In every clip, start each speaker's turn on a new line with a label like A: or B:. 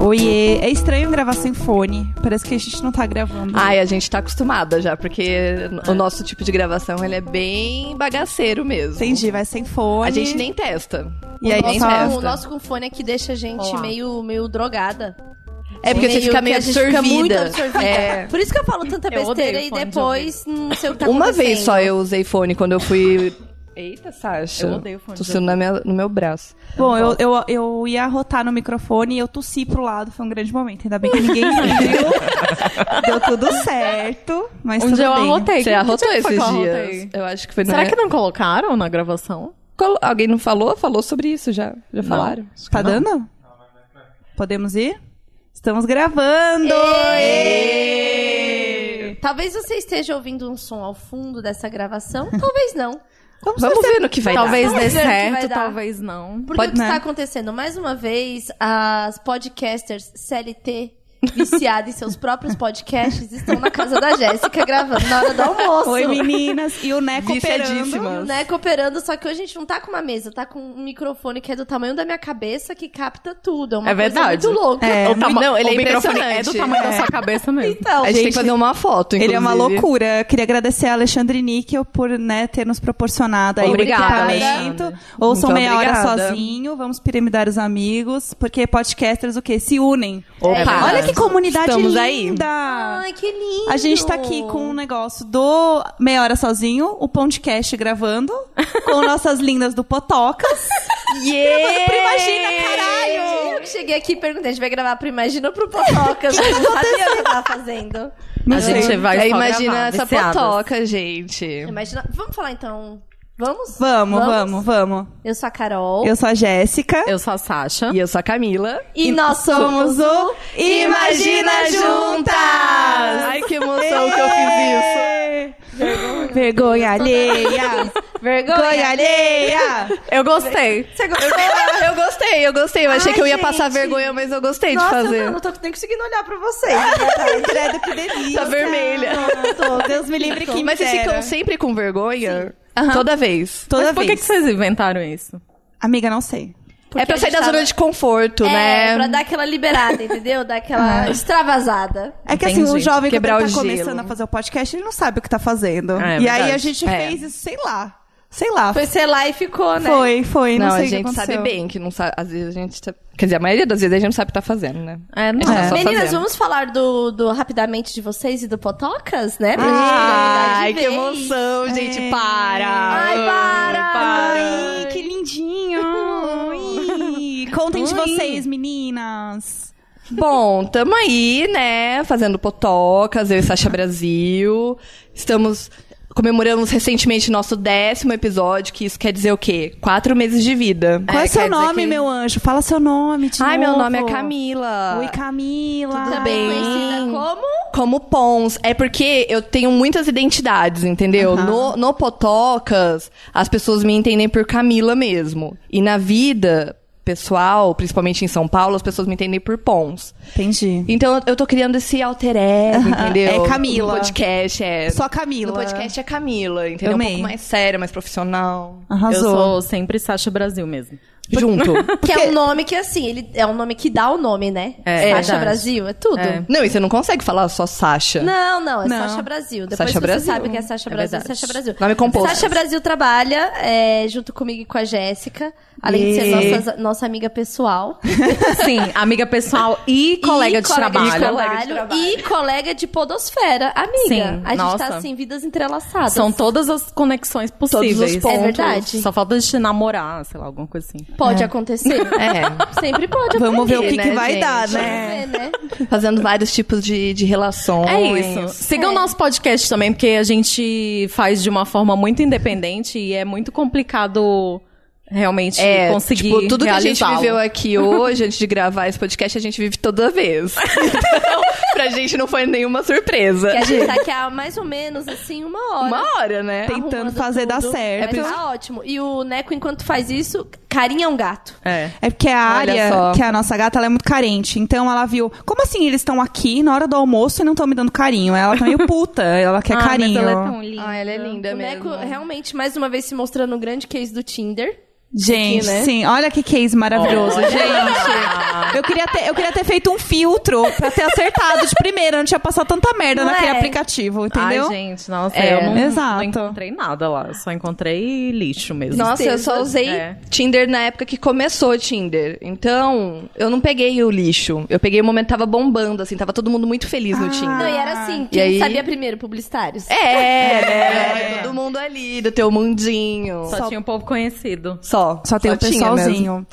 A: Oiê, é estranho gravar sem fone. Parece que a gente não tá gravando.
B: Ai, a gente tá acostumada já, porque o nosso tipo de gravação ele é bem bagaceiro mesmo.
A: Entendi, vai sem fone.
B: A gente nem testa.
A: E aí,
B: nem
A: só-
B: testa.
C: O nosso com fone é que deixa a gente
B: Olá.
C: meio, meio drogada.
B: É porque você
C: Meio
B: fica
C: que
B: meio
C: a gente fica
B: absorvida.
C: muito absorvida.
B: É.
C: Por isso que eu falo tanta
D: Eu odeio
C: besteira e
D: fone de
C: depois não sei o que tá
B: Uma vez
C: acontecendo.
B: só eu usei fone quando eu fui. Eita, Sasha.
D: Eu odeio fone de
B: Tossindo na minha, no meu braço.
A: Bom, eu, eu, eu ia arrotar no microfone e eu tossi pro lado. Foi um grande momento. Ainda bem que ninguém viu. Deu tudo certo. Mas
D: Um
A: tudo
D: dia eu
A: bem.
D: arrotei.
B: Você
D: Que
B: arrotou
D: dia que foi
B: esses
D: que eu
B: dias?
D: arrotei?
B: Eu acho que foi na
D: Será que
B: minha-
D: não colocaram na gravação?
B: Colo- Alguém não falou? Falou sobre isso já. Já falaram?
A: Tá dando? Podemos ir? Estamos gravando! Ê!
C: Talvez você esteja ouvindo um som ao fundo dessa gravação, talvez não.
A: Vamos
B: Vamos ver no que vai
D: talvez
B: dar.
C: Vamos
D: dê
C: ver o que vai
D: certo,
C: dar.
D: talvez não.
C: Porque
A: Pode-
C: o que
A: né?
C: está acontecendo? Mais uma vez, as podcasters CLT viciadas em seus próprios podcasts estão na casa da Jéssica gravando na hora do almoço.
A: Oi, meninas! E o Neco operando.
B: Viciadíssimas.
C: né, cooperando, só que hoje a gente não tá com uma mesa, tá com um microfone que é do tamanho da minha cabeça, que capta tudo. É uma
B: É verdade.
C: coisa muito louca.
A: É,
B: O tama-
D: não, ele
B: o
D: é
B: microfone
D: impressionante. É do tamanho da sua cabeça mesmo.
C: Então,
B: A gente, tem
C: gente,
B: que fazer uma foto,
A: Ele é uma
B: inclusive.
A: loucura. Queria agradecer a Alexandre Níquel por né, ter nos proporcionado aí
B: Obrigada,
A: o equipamento.
D: Alexandre.
A: Ouçam
B: Muito
A: meia hora
B: obrigada.
A: sozinho, vamos piramidar os amigos, porque podcasters o quê? Se unem.
B: Opa,
A: Olha que comunidade
B: estamos aí.
A: linda!
C: Ai, que lindo!
A: A gente tá aqui com um negócio do Meia Hora Sozinho, o podcast gravando, com nossas lindas do Potocas.
B: Yeah!
A: Pro Imagina, caralho!
C: Eu que cheguei aqui e perguntei, a gente vai gravar pro Imagina ou pro Potocas? Eu não sabia o que eu tava fazendo.
D: A gente vai
B: Aí
D: só
B: imagina
D: gravar,
B: essa
D: viciadas.
B: potoca, gente.
C: Imagina... Vamos falar então... Vamos?
A: Vamos, vamos, vamos.
C: Eu sou a Carol.
A: Eu sou a Jéssica.
D: Eu sou a Sasha.
B: E eu sou a Camila.
C: E nós somos o...
A: Imagina Juntas!
B: Ai, que emoção que eu fiz isso!
A: Vergonha, Vergonha alheia! Vergonha alheia!
D: Eu gostei.
B: Eu gostei, eu gostei. Eu achei
C: Ai,
B: que eu ia
C: gente.
B: passar vergonha, mas eu gostei de fazer.
C: eu não tô nem conseguindo olhar pra vocês.
A: né? Credo, Tá que delícia!
B: Tá vermelha.
A: Tô, Deus me livre que
B: mas vocês ficam sempre com vergonha? Toda vez.
A: Toda
D: Mas por que,
A: vez.
D: que vocês inventaram isso?
A: Amiga, não sei.
B: é pra eu sair da zona de conforto,
C: É,
B: né?
C: pra dar aquela liberada, entendeu? Dar aquela extravasada.
A: É que assim,
D: Entendi.
A: o jovem que
B: Quebrar
A: tá
B: o gelo.
A: começando a fazer o podcast, ele não sabe o que tá fazendo.
D: Ah, é
A: e aí
D: verdade.
A: a gente
B: É.
A: fez isso, sei lá. Sei lá.
C: Foi sei lá e ficou, né?
A: foi, foi, não,
B: Não,
A: sei
B: a
A: o que
B: gente sabe
A: aconteceu.
B: bem que não sabe. Às vezes a gente. tá- Quer dizer, a maioria das vezes a gente não sabe o que tá fazendo, né?
D: É, não.
B: É.
D: É.
B: Só
C: Meninas,
B: fazendo.
C: vamos falar do, do rapidamente de vocês e do Potocas, né?
B: é
C: Pra gente
B: Ai, que
C: ter novidade de vez.
B: emoção, gente. É. Para!
C: Ai, para!
A: Ai, que lindinho! Ui. Contem de
B: Ui.
A: vocês, meninas.
B: Bom, tamo aí, né? Fazendo potocas, eu e Sasha Brasil. Estamos. Comemoramos recentemente nosso décimo episódio, que isso quer dizer o quê? Quatro meses de vida.
A: Qual é,
B: quer
A: seu
B: dizer
A: nome,
B: que-
A: meu anjo? Fala seu nome, de
B: Ai, meu
A: novo.
B: nome é Camila.
A: Oi, Camila.
B: Tudo
C: Também
B: bem.
C: tá conhecida como...
B: Como Pons. É porque eu tenho muitas identidades, entendeu?
A: Aham.
B: No, no Potocas, as pessoas me entendem por Camila mesmo. E na vida pessoal, principalmente em São Paulo, as pessoas me entendem por Pons.
A: Entendi.
B: Então eu- eu tô criando esse alter ego, entendeu?
A: É Camila.
B: No podcast, é.
A: Só Camila.
B: No podcast é Camila, entendeu?
A: Eu
B: um
A: amei.
B: pouco mais séria, mais profissional.
D: Eu
A: Arrasou.
D: sou sempre Sasha Brasil mesmo.
B: Junto.
C: Que é um nome que, assim, ele é um nome que dá o nome, né?
D: É,
C: Sasha
D: verdade.
C: Brasil, é tudo.
D: É.
B: não, e você não consegue falar só Sasha.
C: Não, não, é
A: Não.
C: Sasha Brasil. Depois
B: Sasha
C: você
B: Brasil.
C: sabe o que é Sasha
B: É
C: Brasil,
B: verdade.
C: Sasha Brasil.
B: Nome composto.
C: Sasha Brasil trabalha é, junto comigo e com a Jéssica, além de ser
A: E-
C: nossa, nossa amiga pessoal.
D: Sim, amiga pessoal e colega, de, trabalho.
C: E colega de trabalho. E colega de podosfera, amiga.
D: Sim,
C: a gente
D: nossa.
C: tá assim, vidas entrelaçadas.
D: São todas as conexões possíveis.
B: Todos os pontos.
C: É verdade.
D: Só falta a gente namorar, sei lá, alguma coisa assim.
C: Pode acontecer.
B: É.
C: Sempre pode
A: Vamos ver o
C: acontecer,
A: que, que
B: né,
A: vai
B: gente?
A: dar,
C: Vamos
A: né?
C: ver, né?
B: Fazendo vários tipos de, de relações.
D: É isso. Sigam o nosso podcast também, porque a gente faz de uma forma muito independente e é muito complicado realmente
B: É,
D: conseguir
B: tipo, tudo que a gente
D: realizá-lo.
B: viveu aqui hoje, antes de gravar esse podcast, a gente vive toda vez. Então, pra gente não foi nenhuma surpresa.
C: Que a gente tá aqui há mais ou menos, assim, uma hora.
B: Uma hora, né?
A: Tentando
C: arrumando
A: fazer dar
C: tudo. Então,
A: certo.
C: Mas tá ótimo. E o Neco, enquanto faz isso, Carinha é um gato.
D: É.
A: É porque a
B: Olha
A: área,
B: só.
A: que é a nossa gata, ela é muito carente. Então ela viu, como assim eles estão aqui na hora do almoço e não estão me dando carinho? Ela tá meio puta, ela quer
D: Ah,
A: carinho.
D: Mas ela é tão linda.
B: Ah, ela é linda
C: O boneco
B: mesmo.
C: realmente, mais uma vez, se mostrando um grande case do Tinder.
A: Gente,
C: Aqui, né?
A: sim, olha que case maravilhoso,
B: Oh.
D: Olha.
A: gente. Eu queria, ter, eu queria ter feito um filtro pra ter acertado de primeira, eu não tinha passado tanta merda
C: Não
A: naquele
C: é?
A: aplicativo, entendeu?
D: Ai, gente, nossa,
B: É,
D: eu não,
A: exato.
D: não encontrei nada lá. Eu só encontrei lixo mesmo.
B: Nossa, eu só usei
D: É.
B: Tinder na época que começou o Tinder. Então, eu não peguei o lixo. Eu peguei o momento que tava bombando, assim, tava todo mundo muito feliz
A: Ah.
B: no Tinder.
C: Não, e era assim, quem
B: aí?
C: sabia primeiro, publicitários.
B: É, né? Todo mundo ali, do teu mundinho.
D: Só, tinha um povo conhecido.
B: Só.
A: Só tem o
B: tinha mesmo.
A: pessoalzinho. Hum.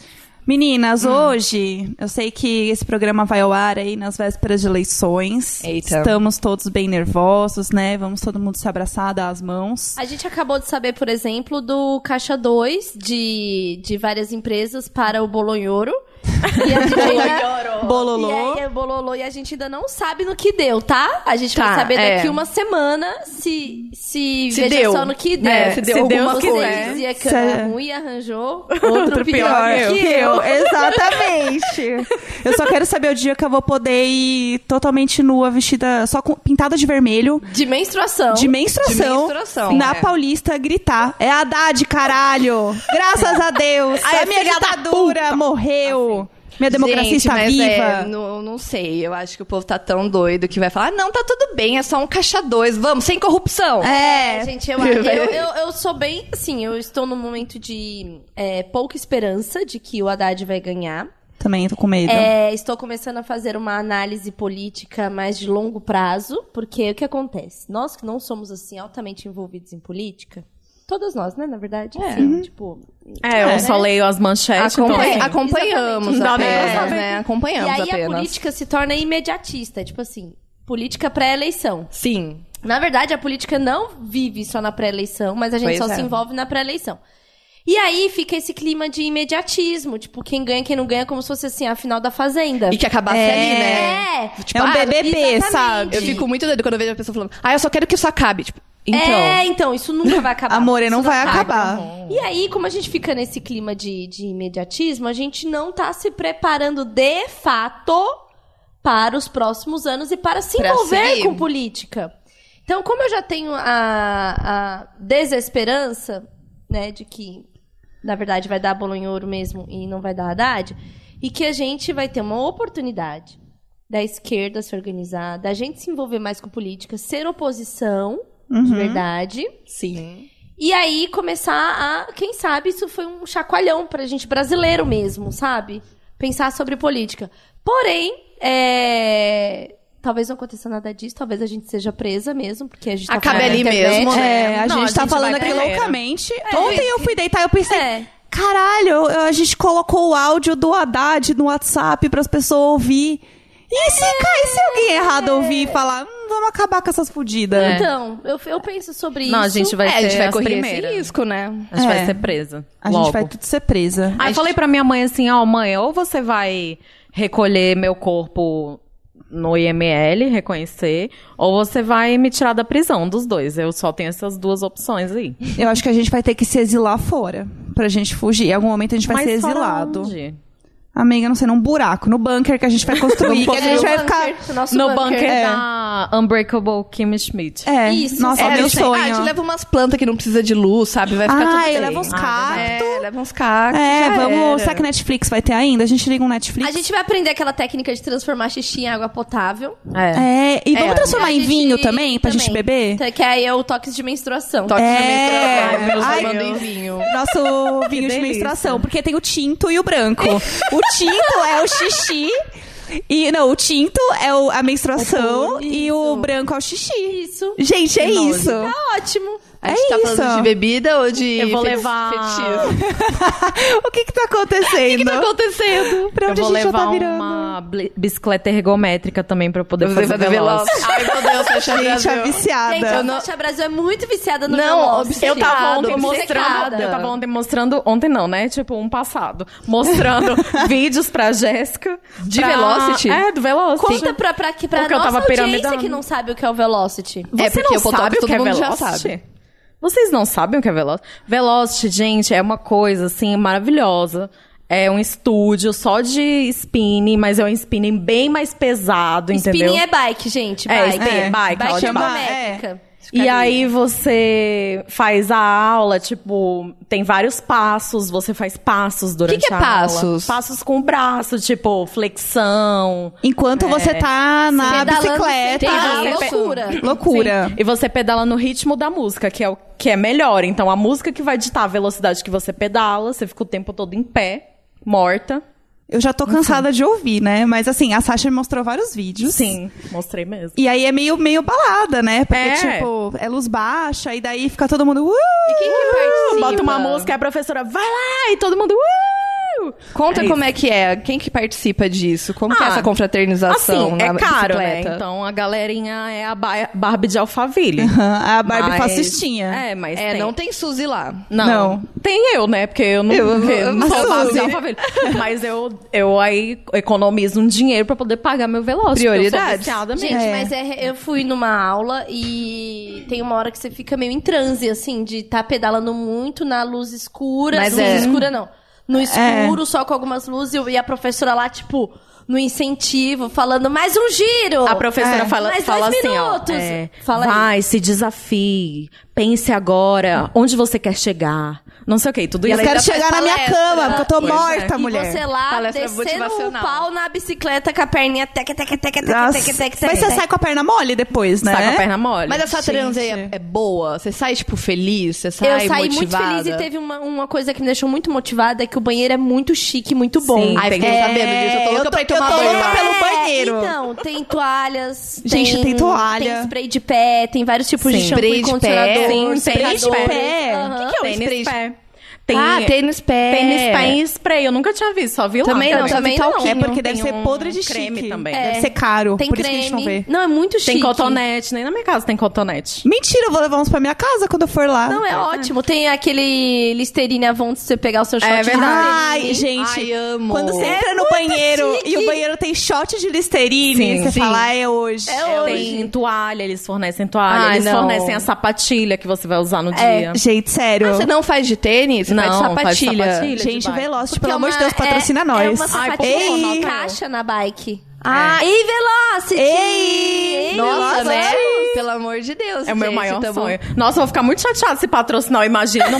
A: Meninas, hoje, eu sei que esse programa vai ao ar aí nas vésperas de eleições.
B: Eita.
A: Estamos todos bem nervosos, né? Vamos todo mundo se abraçar, dar as mãos.
C: A gente acabou de saber, por exemplo, do Caixa 2 de, de várias empresas para o Bolonhoro. E a gente ainda...
A: Bololô.
C: E, aí, é Bololô, e a gente ainda não sabe no que deu, tá? A gente
B: Tá,
C: vai saber
B: é.
C: daqui uma semana se, se,
B: Se
C: veja
B: deu.
C: só no que deu.
B: É, se deu alguma
C: você
B: coisa. é
C: dizia que
A: Se-
C: era ruim e arranjou outro, pior, que
A: que eu. Exatamente. eu só quero saber o dia que eu vou poder ir totalmente nua, vestida, só com- pintada de vermelho,
C: De menstruação.
A: de menstruação,
B: de menstruação,
A: na
B: é.
A: Paulista, gritar. É Haddad, caralho! Graças a Deus! a minha ditadura morreu! Minha democracia
B: Gente,
A: está
B: mas
A: viva!
B: É, não, não sei, eu acho que o povo tá tão doido que vai falar: "Ah, não, tá tudo bem, é só um caixa dois, vamos, sem corrupção.
A: É,
C: gente, eu, eu, eu, eu sou bem. Assim, eu estou num momento de é, pouca esperança de que o Haddad vai ganhar.
A: também tô com medo.
B: Então?
C: É, estou começando a fazer uma análise política mais de longo prazo, porque o que acontece? Nós que não somos assim altamente envolvidos em política, todas nós, né, na verdade,
B: Uhum.
C: assim, tipo,
D: É, eu
A: É.
D: só leio as manchetes.
B: Acompa-
D: então, assim,
B: acompanhamos
D: Dá
B: apenas,
D: bem.
B: né?
C: e
B: Acompanhamos
C: aí a
B: apenas.
C: política se torna imediatista, tipo assim, política pré-eleição.
B: Sim.
C: Na verdade, a política não vive só na pré-eleição, mas a gente
B: Pois
C: só
B: é.
C: se envolve na pré-eleição. E aí fica esse clima de imediatismo, tipo, quem ganha, quem não ganha, como se fosse assim, a final da fazenda.
B: E que acabasse
A: É.
B: ali, né?
C: É,
A: é um
B: ah,
A: BBB,
C: exatamente.
A: sabe?
B: Eu fico muito doido quando eu vejo a pessoa falando: "Ah, eu só quero que isso acabe", tipo, então.
C: É, então, isso nunca vai acabar.
A: Amor,
C: Isso
A: não vai
C: acaba.
A: acabar.
C: E aí, como a gente fica nesse clima de, de imediatismo, a gente não tá se preparando de fato para os próximos anos e para se
B: Pra
C: envolver
B: sair.
C: com política. Então, como eu já tenho a, a desesperança, né, de que, na verdade, vai dar Bolonhoro mesmo e não vai dar Haddad, e que a gente vai ter uma oportunidade da esquerda se organizar, da gente se envolver mais com política, ser oposição, de verdade,
B: Sim.
C: e aí começar a, quem sabe isso foi um chacoalhão pra gente brasileiro mesmo, sabe? Pensar sobre política. Porém, é, talvez não aconteça nada disso, talvez a gente seja presa mesmo, porque a gente tá
B: Acabe
C: falando
B: ali
C: na internet.
B: mesmo, né?
A: É, a
D: Não,
A: gente
D: a
A: tá
D: gente
A: falando
D: vai
A: aqui
D: primeiro.
A: loucamente. Ontem eu fui deitar e eu pensei,
C: É.
A: caralho, eu- eu- a gente colocou o áudio do Haddad no WhatsApp pras pessoas ouvir. E se, cai, se alguém errado ouvir e falar, hum, vamos acabar com essas fodidas?
D: É.
C: Então, eu, eu penso sobre
D: Não, a
C: isso.
D: gente vai
B: É, a
D: ser
B: gente vai
D: as
B: correr
D: primeiras.
B: esse risco, né?
D: A gente
A: É.
D: vai ser presa.
A: A
D: logo.
A: gente vai tudo ser presa.
D: Aí eu falei pra minha mãe assim, ó, mãe, ou você vai recolher meu corpo no IML, reconhecer, ou você vai me tirar da prisão dos dois. Eu só tenho essas duas opções aí.
A: Eu acho que a gente vai ter que se exilar fora pra gente fugir. Em algum momento a gente vai
D: Mas
A: ser
D: fora
A: exilado. É.
D: onde?
A: Amiga, não sei, num buraco, no bunker que a gente vai construir, que a gente
C: um
A: vai ficar.
C: nosso
D: No bunker
A: É.
D: da Unbreakable Kim Schmidt.
A: É,
C: Isso,
A: nossa,
C: é,
A: meu
B: assim,
A: sonho.
B: Ah, a gente leva umas plantas que não precisa de luz, sabe? Vai ficar
A: Ah,
B: tudo
A: eu
B: bem.
A: levo uns
D: Ah,
A: cactos.
B: É, leva uns cactos.
A: É,
B: já
A: vamos.
B: era.
A: Será que Netflix vai ter ainda? A gente liga um Netflix.
C: A gente vai aprender aquela técnica de transformar xixi em água potável.
D: É.
A: É, e vamos
B: É,
A: transformar
C: A
A: em
C: gente-
A: vinho também, pra gente beber?
C: Tá, Que aí é o toque de menstruação.
B: Toque
A: É.
B: de menstruação, pelos
A: Ai,
B: tomando em
A: Deus.
B: vinho.
A: Nosso vinho de
D: delícia.
A: menstruação, porque tem o tinto e o branco. O tinto é o xixi. E, não, o tinto é o- a menstruação e o branco é o xixi.
C: Isso.
A: Gente, é isso.
C: Tá ótimo.
B: A gente
A: É
B: tá
A: isso.
B: falando de bebida ou de
D: Eu vou
B: fe-
D: levar-
B: fetichismo?
A: o que que tá acontecendo?
B: O que tá acontecendo?
A: Pra
D: Eu
A: onde
D: vou
A: a gente já
D: levar
A: tá virando?
D: uma bli- bicicleta ergométrica também pra eu poder
B: Você
D: fazer
B: vai beber
D: veloz.
B: logo. Ai, meu Deus, fecha
A: Gente, é viciada.
C: Gente, a
B: não-
C: Sasha Brasil é muito viciada no
B: Não,
C: Veloz.
B: eu tava
D: ontem
B: Obcecada.
D: mostrando. Eu tava ontem mostrando. Ontem não, né? Tipo, um passado. Mostrando vídeos pra Jéssica.
B: De
D: pra-
B: Velocity?
D: É, do Velocity.
C: Conta pra, pra, que- pra
D: Porque eu
C: nossa
D: tava
C: audiência
D: piramidando.
C: que não sabe o que é o Velocity.
D: Você
B: É porque
D: não
B: o Botox
D: sabe o
B: todo
D: que é
B: mundo já
D: Velocity?
B: sabe.
D: Vocês não sabem o que é Veloz? Velocity, gente, é uma coisa, assim, maravilhosa. É um estúdio só de spinning, mas é um spinning bem mais pesado, entendeu?
C: Spinning é bike, gente.
D: É,
C: Bike.
D: spinning, bike, aula de
C: é
D: bike. É.
C: biométrica.
D: E aí você faz a aula, tipo, tem vários passos, você faz passos durante
B: que é
D: a aula.
B: passos?
D: Passos com o braço, tipo, flexão.
A: Enquanto você tá na
C: Pedalando
A: bicicleta.
C: sem parar,
A: você pe-
C: loucura.
A: Loucura.
D: E você pedala no ritmo da música, que é o que é melhor. Então a música que vai ditar a velocidade que você pedala, você fica o tempo todo em pé, morta.
A: Eu já tô cansada de ouvir, né? Mas assim, a Sasha me mostrou vários vídeos.
D: Sim, mostrei mesmo.
A: E aí é meio, meio balada, né? Porque,
D: É.
A: tipo, é luz baixa, e daí fica todo mundo. Uh!
B: Quem que participa?
D: Bota uma música, a professora vai lá e todo mundo. "Uh!"
B: Conta
D: É
B: como é que é. Quem que participa disso? Como que é
D: Ah,
B: essa confraternização
D: Assim,
B: na
D: é caro, né?
B: bicicleta?
D: Então a galerinha é a Ba- Barbie de Alphaville.
A: A Barbie
D: Mas-
A: fascistinha.
D: É, mas
B: É,
D: tem.
B: não tem Suzy lá.
D: Não.
A: Não.
D: Tem eu, né? Porque eu não,
A: Eu-
D: porque
A: eu-
D: não sou
A: Suzy.
D: Barbie de Alphaville. Mas eu, eu aí economizo um dinheiro pra poder pagar meu veloz. porque eu sou
B: Prioridades.
D: viciada mesmo.
C: Gente,
A: É.
C: mas é- eu fui numa aula e tem uma hora que você fica meio em transe, assim, de tá pedalando muito na luz escura.
B: Mas
C: luz
B: é.
C: escura não. No escuro, só com algumas luzes, e a professora lá, tipo, no incentivo, falando mais um giro.
D: A professora
A: É.
D: fala,
C: Mais
D: fala
C: dois
D: assim, ó.
C: minutos.
D: é,
C: Fala aí.
D: vai, se desafie. Pense agora onde você quer chegar. Não sei o que, tudo
A: Eu
D: isso.
A: quero chegar na minha
B: palestra,
A: cama, porque eu tô
B: pois é.
A: morta,
C: e
A: mulher.
C: você lá
B: Palestra
C: descendo o
B: motivacional.
C: pau na bicicleta com a perninha teca, teca, teca, teca,
A: Nossa.
C: teca, teca, teca.
A: Mas você sai com a perna mole depois, né?
D: Sai com a perna mole.
B: Mas essa transa aí é,
A: Gente.
B: é boa? Você sai, tipo, feliz? Você
C: Eu
B: sai
C: saí
B: motivada?
C: muito feliz e teve uma, uma coisa que me deixou muito motivada, é que o banheiro é muito chique, muito bom.
D: Sim,
B: Ai,
D: tem
B: fiquei
D: que-
B: sabendo disso. Eu tô
A: eu
B: louca
A: tô-
B: pra ir
A: eu
B: tomar
A: tô
B: banho
A: louca
B: lá.
A: pelo banheiro.
C: É, Então, tem toalhas.
A: Gente, tem toalha.
C: Tem spray de pé, tem vários tipos de
D: Sim.
C: shampoo
B: Spray
C: e
B: de
C: condicionador.
B: pé,
D: sim, spray de
C: secadores.
A: pé.
C: Aham.
D: Que é o
B: Tênis
D: spray de
B: pé.
D: pé? Tem,
B: Ah, tênis pé.
D: Tênis pé em spray. Eu nunca tinha visto, só vi lá.
B: Também
D: Eu
B: não,
D: já vi
B: também
D: talquinho,
A: É porque deve
D: tem
A: ser
D: um
A: podre de
D: creme
A: chique.
D: também.
A: Deve ser caro.
C: Tem
A: por
C: creme.
A: isso que a gente não vê.
C: Não, é muito chique.
D: Tem cotonete. Nem na minha casa tem cotonete.
A: Mentira, eu vou levar uns pra minha casa quando eu for lá.
C: Não, é ótimo. Tem aquele Listerine Avon, se você pegar o seu shot.
B: É
C: de
B: verdade.
A: Ai,
C: Listerine.
A: gente.
B: Ai, amo.
A: Quando você
B: É
A: entra no banheiro e o
C: chique.
A: banheiro tem shot de Listerine,
D: Sim,
A: você
D: sim.
A: fala, "Ah, é hoje.
C: É hoje.
D: Tem toalha, eles fornecem toalha,
B: Ai,
D: eles
B: não.
D: fornecem a sapatilha que você vai usar no dia.
A: Gente, sério.
B: Ah, Você não faz de tênis?
D: Não,
B: faz de
D: faz de
B: sapatilha.
D: sapatilha.
A: gente,
D: de bike.
A: Velocity,
C: Porque
A: pelo
C: é
A: amor de
C: uma-
A: Deus, patrocina
C: é, É
A: nós.
C: uma sapatilha
A: Ai,
C: que
A: ei.
C: encaixa na bike. É.
A: Ah,
C: Ei, Velocity!
A: Ei!
B: Nossa,
A: Nossa,
B: né? Pelo amor de Deus,
D: É o meu
B: gente,
D: maior
B: tá bom?
D: sonho. Nossa, eu vou ficar muito chateada se patrocinar, imagina. Não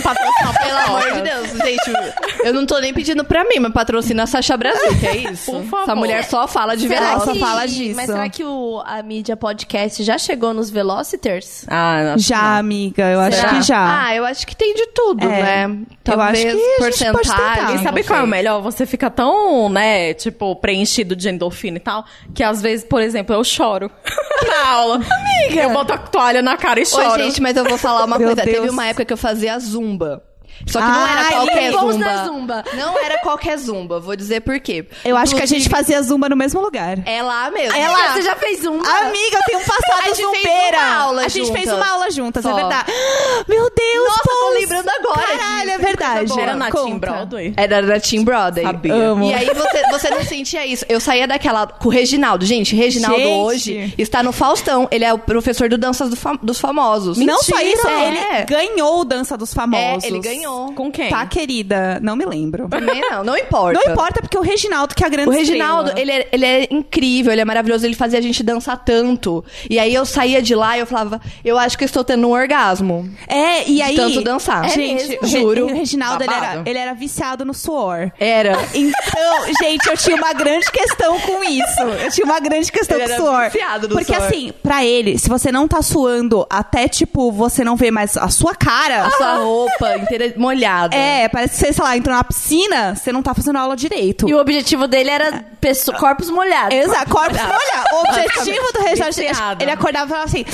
D: patrocinar,
B: Pelo amor de Deus, gente. Eu não tô nem pedindo pra mim, mas patrocina a Sasha Brasil, que é isso?
D: Por favor.
B: Essa mulher só fala de
C: Será
B: Veloz.
A: só
C: que-
A: fala disso.
C: Mas será que o, a mídia podcast já chegou nos Velociters?
D: Ah, acho que
A: Já,
D: não.
A: amiga, eu
C: Será?
A: acho que já.
B: Ah, eu acho que tem de tudo,
A: É.
B: né?
A: Eu acho
B: Talvez
A: que a gente pode tentar.
B: porcentagem.
A: E
D: E sabe
B: não
D: qual é o
B: sei.
D: melhor? Você fica tão, né, tipo, preenchido de endorfina e tal, que às vezes, por exemplo, eu choro na aula. Amiga! Eu boto a toalha na cara e choro.
B: Oi, gente, mas eu vou falar uma
A: Meu
B: coisa. Teve
A: Deus.
B: uma época que eu fazia zumba. Só que não
A: Ai,
B: era qualquer
C: bons
B: zumba.
C: na zumba.
B: Não era qualquer zumba, vou dizer por quê.
A: eu acho que a gente fazia zumba no mesmo lugar.
B: É lá mesmo.
A: É lá.
C: Você já fez um?
A: Amiga, eu tenho um
B: A
A: passado
B: gente fez
A: zumbeira.
B: uma aula
A: a gente fez
B: juntas.
A: uma aula juntas, é
B: Só.
A: verdade. Meu Deus,
B: Nossa, tô
A: Pons.
B: lembrando agora
A: Caralho,
B: disso,
A: é
B: que coisa
A: verdade.
B: boa.
D: Era na
A: Conta.
D: Team Broadway?
B: Era da Team Brother.
D: Sabia.
A: Amo.
B: E aí você, você não sentia isso. Eu saía daquela com o Reginaldo. Gente, Reginaldo
A: Gente.
B: hoje está no Faustão. Ele é o professor do Danças do Fam- dos Famosos.
A: Não só isso,
B: é.
A: ele ganhou o Dança dos Famosos.
B: É, ele ganhou.
D: Com quem?
A: Tá, querida? Não me lembro.
B: Também não, não importa.
A: Não importa, porque o Reginaldo, que é a grande
B: O Reginaldo,
A: estrela.
B: ele é, ele é incrível, ele é maravilhoso, ele fazia a gente dançar tanto. E aí eu saía de lá e eu falava, eu acho que eu estou tendo um orgasmo.
A: É, e aí...
B: tanto dançar. É
A: Gente,
B: mesmo?
A: o Re-
B: Juro.
A: O Reginaldo, ele era,
D: Babado.
A: ele era viciado no suor.
B: Era.
A: Então, gente, eu tinha uma grande questão com isso. Eu tinha uma grande questão
B: Ele
A: com
B: era
A: suor.
B: viciado no
A: Porque
B: suor.
A: assim, pra ele, se você não tá suando até tipo você não vê mais a sua cara,
B: A sua roupa inteira molhada.
A: é, parece que você, sei lá, entrou na piscina, você não tá fazendo aula direito.
C: E o objetivo dele era pesso- corpos molhados.
A: Exato, corpo olha, o objetivo do Reginaldo,
D: Viciado.
A: ele acordava e falava assim: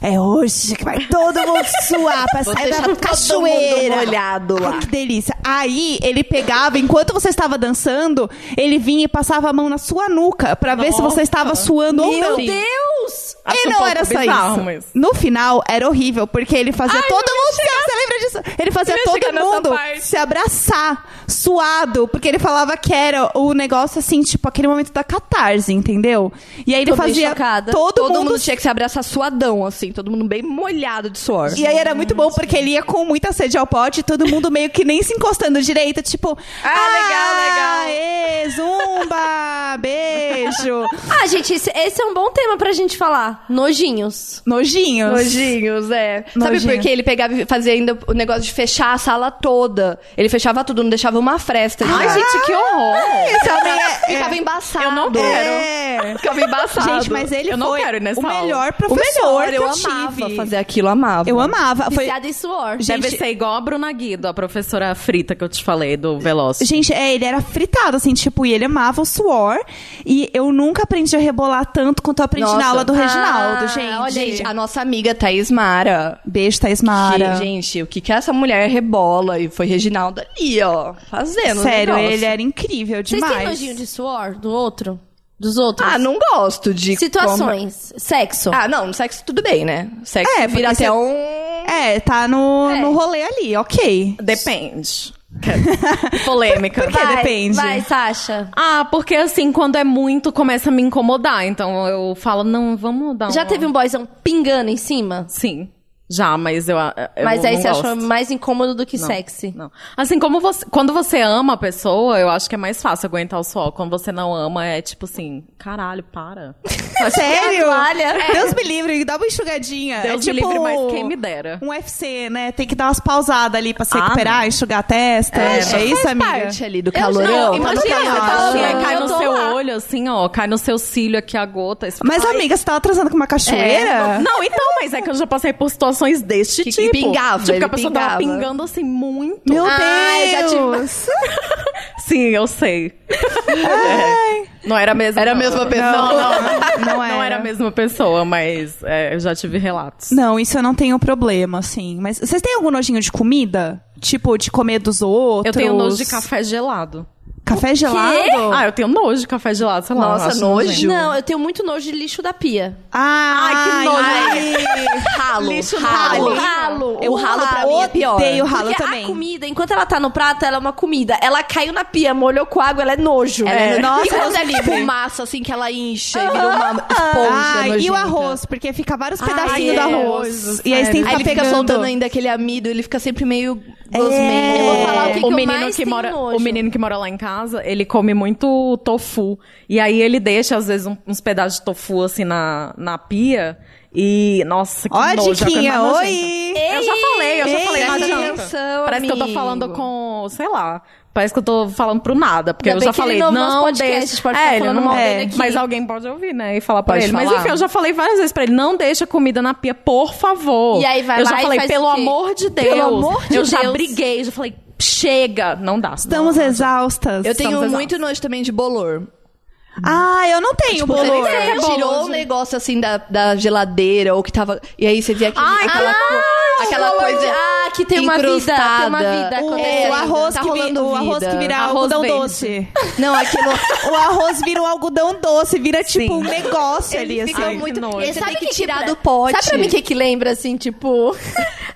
A: É hoje que vai todo mundo suar pra
B: Vou
A: sair é
B: deixar
A: da
B: tá todo
A: cachoeira.
B: mundo molhado lá.
A: Ai, que delícia. Aí ele pegava, enquanto você estava dançando, ele vinha e passava a mão na sua nuca pra ver se você
D: Nossa.
A: estava suando ou
B: Meu
A: não.
B: Deus!
A: Deus!
D: Acho
A: e
D: um
A: não
D: pouco
A: era só
D: bizarro,
A: isso.
D: mas-
A: No final, era horrível, porque ele fazia todo mundo. Você lembra disso? Ele fazia
B: Eu ia chegar
A: todo
B: nessa
A: mundo
B: parte.
A: se abraçar, suado, porque ele falava que era o negócio assim, tipo, aquele momento da catarse, entendeu? E aí ele
C: Tô bem
A: fazia
C: chocada.
A: todo, mundo.
B: tinha que se abraçar suadão, assim, todo mundo bem molhado de suor.
A: E aí era muito bom porque ele ia com muita sede ao pote, todo mundo meio que nem se encostando direito, tipo,
B: Ah, legal, legal."
A: "Aê, zumba, beijo.
C: Ah, gente, esse, esse é um bom tema pra gente falar. Nojinhos.
A: Nojinhos.
B: Nojinhos, é. Sabe
A: Nojinho.
B: por que ele pegava e fazia ainda o negócio de fechar a sala toda? Ele fechava tudo, não deixava uma fresta.
D: Ai, gente, que horror!
A: Esse homem é-
B: ficava embaçado.
D: Eu não quero.
A: É.
B: Ficava embaçado.
A: Gente, mas ele
D: Eu não
A: foi
D: quero ir nessa
A: o
D: aula.
A: melhor
B: o
A: professor
B: melhor,
A: que
B: eu
A: eu,
B: amava
A: tive.
B: fazer aquilo, amava.
A: Eu amava. Foi...
C: Viciada em suor.
A: Gente,
D: Deve ser igual a Bruna Guido, a professora frita que eu te falei do Veloz.
A: Gente, é, ele era fritado, assim, tipo, e ele amava o suor. E eu nunca aprendi a rebolar tanto quanto eu aprendi
B: Nossa.
A: na aula do
B: Ah,
A: Reginaldo, gente.
B: Olha, gente, a nossa amiga Thaís Mara.
A: Beijo, Thaís
B: Que,
A: Mara.
B: gente, o que que essa mulher rebola? E foi Reginaldo ali, ó, fazendo o
A: Sério,
B: negócio.
A: ele era incrível
C: Vocês
A: demais.
C: têm nojinho de suor do outro? Dos outros?
B: Ah, não gosto de...
C: Situações. Sexo.
B: Ah, não, no sexo tudo bem, né? Sexo
A: É,
B: vira
A: porque você-
B: até um...
A: É, tá no, no rolê ali, ok.
D: Tá Depende. Polêmica.
A: Por quê?
C: vai,
A: depende.
C: Vai, Sasha.
D: Ah, porque assim, quando é muito, começa a me incomodar. Então eu falo, não, vamos dar
C: Já
D: uma-
C: teve um boyzão pingando em cima?
D: Sim, já, mas eu, eu
C: Mas aí
D: não
C: você
D: gosto.
C: achou mais incômodo do que
D: Não,
C: sexy.
D: Não. Assim, como você, quando você ama a pessoa, eu acho que é mais fácil aguentar o sol. Quando você não ama, é tipo assim, caralho, para.
A: Sério? É.
C: toalha.
A: Deus me livre, dá uma enxugadinha.
D: É. Deus
A: é
D: me
A: tipo
D: livre, mas quem me dera.
A: Um UFC, né? Tem que dar umas pausadas ali pra se
D: Ah,
A: recuperar, enxugar a testa. É, isso, amiga?
B: parte ali do
C: não,
B: calorão.
C: eu
B: tá no
D: Imagina,
A: calor.
D: você tá assim,
C: Ah,
D: aí
C: eu
D: cai no
C: tô
D: seu
C: lá.
D: olho, assim, ó, cai no seu cílio aqui a gota. aí você fica,
A: Mas,
D: "Ai".
A: amiga, você tava transando com uma cachoeira?
D: Não, então, mas é que eu já passei por situações deste
B: Que- que
D: tipo.
B: pingava,
D: tipo, que a
B: ele
D: pessoa tava
B: pingava.
D: pingando assim muito.
A: Meu
C: Ah, eu já
A: Deus!
C: tive-
D: Sim, eu sei. É. Não era a mesma.
B: Era a mesma pessoa.
D: Não, não,
A: Não, não
D: não era a mesma pessoa, mas é, eu já tive relatos.
A: Não, isso eu não tenho problema, assim. Mas vocês têm algum nojinho de comida? Tipo, de comer dos outros?
D: Eu tenho nojo de café gelado.
A: Café gelado?
D: Ah, eu tenho nojo de café gelado, sei lá.
B: Nossa,
D: eu acho
B: nojo.
D: nojento.
C: Não, eu tenho muito nojo de lixo da pia.
A: Ah,
D: Ai,
B: é Ralo,
D: Lixo no
B: ralo,
A: ralo.
B: ralo.
A: Eu
B: Ah, O ralo pra mim é pior.
A: Odeio ralo
C: Porque
A: também.
C: a comida, enquanto ela tá no prato, ela é uma comida. Ela caiu na pia, molhou com água, ela é nojo.
B: Ela
A: É.
B: é-
A: Nossa,
B: e quando
A: eu
B: é Ah, ali,
A: sei.
B: fumaça, assim, que ela incha e vira uma esponja
A: Ai, Ah, e o
B: nojenta.
A: arroz? Porque fica vários
B: Ai,
A: pedacinhos
B: é,
A: do arroz. E aí você tem que
B: Aí
A: ficar
B: ele fica
A: pegando.
B: soltando ainda aquele amido, ele fica sempre meio gosmento.
A: É.
B: Eu vou falar o que
C: que eu
D: menino
C: mais
D: que
C: tenho
D: mora,
C: nojo?
D: o menino que mora lá em casa, ele come muito tofu. E aí ele deixa, às vezes, um- uns pedaços de tofu assim na, na pia. E, nossa, que
A: Ó, a
D: nojo. é a coisa
A: diquinha,
D: mais nojenta.
A: oi!
D: Eu já falei, eu já
A: ei,
D: falei, não
A: presta
D: adianta.
B: atenção,
D: Parece que eu tô
B: amigo.
D: falando com, sei lá. Parece que eu tô falando pro nada, porque
C: Ainda
D: eu já
C: bem que ele
D: falei,
C: não
D: não,
C: ouve nosso podcast, a gente
D: deixa.
C: pode ficar
D: ele
C: falando mal
A: dele
D: é,
C: aqui.
D: Mas alguém pode ouvir, né? E falar pra
B: Pode
D: ele.
B: falar.
D: Mas enfim, eu já falei várias vezes pra ele, não deixa comida na pia, por favor.
C: E aí vai
D: Eu
C: lá
D: já
C: e
D: falei,
C: faz
D: pelo
C: o quê?
D: amor de Deus.
C: Pelo amor de
D: eu já
C: Deus.
D: briguei, já falei, chega, não dá.
A: Estamos
D: não,
A: exaustas.
B: Eu tenho
D: Estamos
B: muito nojo também de bolor.
A: Ah, eu não tenho
B: Tipo, Você nem
A: bolor.
B: sabe
C: é
B: que
D: bolor,
B: tirou um
D: gente.
B: negócio assim da, da geladeira ou que tava. E aí você via aquele,
D: Ai,
B: aquela,
D: que
B: co- aquela coisa.
C: Ah, que tem uma vida, tem uma vida
B: encrustada.
A: O,
C: acontecendo.
B: É,
A: arroz
B: tá
A: que vi-
B: rolando
A: o arroz
B: vida.
A: que vira
B: Arroz
A: algodão
B: verde.
A: doce.
B: Não,
C: ah.
B: aquilo.
A: O arroz vira um algodão doce, vira tipo um negócio ali,
D: fica
A: assim.
D: muito-
B: Nojo.
D: E
B: Você tem
C: o
B: que,
C: que
B: tirar
C: que-
B: do pote.
C: Sabe pra mim o que que lembra, assim, tipo...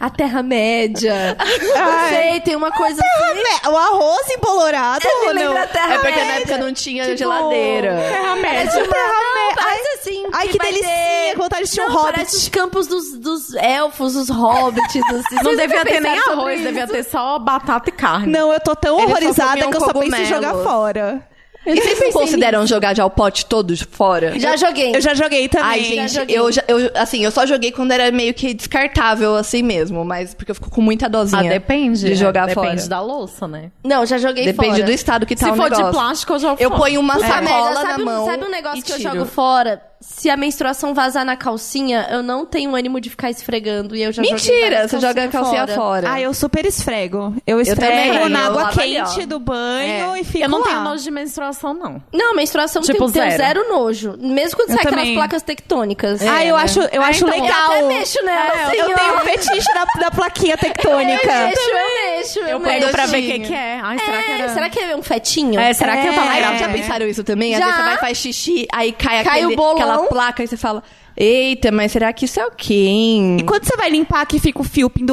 C: A Terra-média. Não
A: Ai.
C: sei, tem uma coisa assim...
A: É, O arroz embolorado ou não? Tipo,
C: lembra a
B: É porque na
C: Terra-média.
B: época não tinha
C: Tipo,
B: geladeira.
A: É
C: Parece uma... Não, parece assim...
A: Ai, que
C: vai ter-
A: delícia, com vontade de ter um
C: Não, parece
A: hobbit.
C: os campos dos, dos elfos, dos hobbits. Assim.
D: Não
C: Vocês
D: devia
C: nunca
D: ter nem
C: pensaram sobre
D: arroz,
C: isso?
D: devia ter só batata e carne.
A: Não, eu tô tão
B: Ele só
A: horrorizada
B: comia um
A: que eu só penso em
B: cogumelo.
A: jogar fora.
B: E
C: é
B: vocês consideram jogar já o pote todo fora?
C: Já joguei.
A: Eu já joguei também.
B: Ai,
C: já
B: gente,
C: joguei.
B: eu, já- eu assim, eu só joguei quando era meio que descartável, assim mesmo, mas porque eu fico com muita dozinha.
D: Ah, depende.
B: De jogar
D: né?
B: fora.
D: Depende da louça, né?
C: Não, já joguei
B: Depende
C: fora.
B: do estado que tá
D: Se
C: um
B: o
D: for
B: negócio.
D: de plástico, eu jogo
B: Eu
D: fora.
B: ponho uma
C: Puta merda,
B: sacola
C: É. sabe,
B: na
C: um-
B: mão.
C: sabe um negócio
B: e
C: que eu
B: tiro.
C: jogo fora? Se a menstruação vazar na calcinha, eu não tenho ânimo de ficar esfregando. E eu já joguei
B: Mentira,
C: várias
B: você joga a calcinha fora.
A: Ah, eu super esfrego. Eu esfrego
B: também,
A: na
B: eu
A: água
B: lavo ali, ó.
A: quente do banho
B: É.
A: e fico
D: Eu não
A: lá.
D: tenho nojo de menstruação, não.
C: Não, menstruação
D: Tipo
C: tem, tem
D: zero.
C: zero nojo. Mesmo quando
A: Eu
C: sai
A: também.
C: aquelas placas tectônicas.
A: ah, eu
B: né? Ah,
A: acho, eu acho
C: então Eu
A: legal.
C: até mexo nela,
A: eu
C: senhor.
A: tenho um fetiche da, da plaquinha tectônica.
C: Eu mexo, eu mexo, eu,
D: Eu
C: mexo.
D: pego pra ver o que, que é. Ai, será que
C: É,
D: era...
C: será que é um fetinho?
D: É, será que eu tava
A: É.
B: Aí
D: grávida?
B: já pensaram isso também? Às
C: Já.
B: vezes você vai faz xixi, aí cai,
C: Cai
B: aquele,
C: o bolão.
B: aquela placa e você fala, Eita, mas será que isso é o quê, hein?
A: E quando você vai limpar que fica o fio pendurado?
C: Nossa, daí você tem que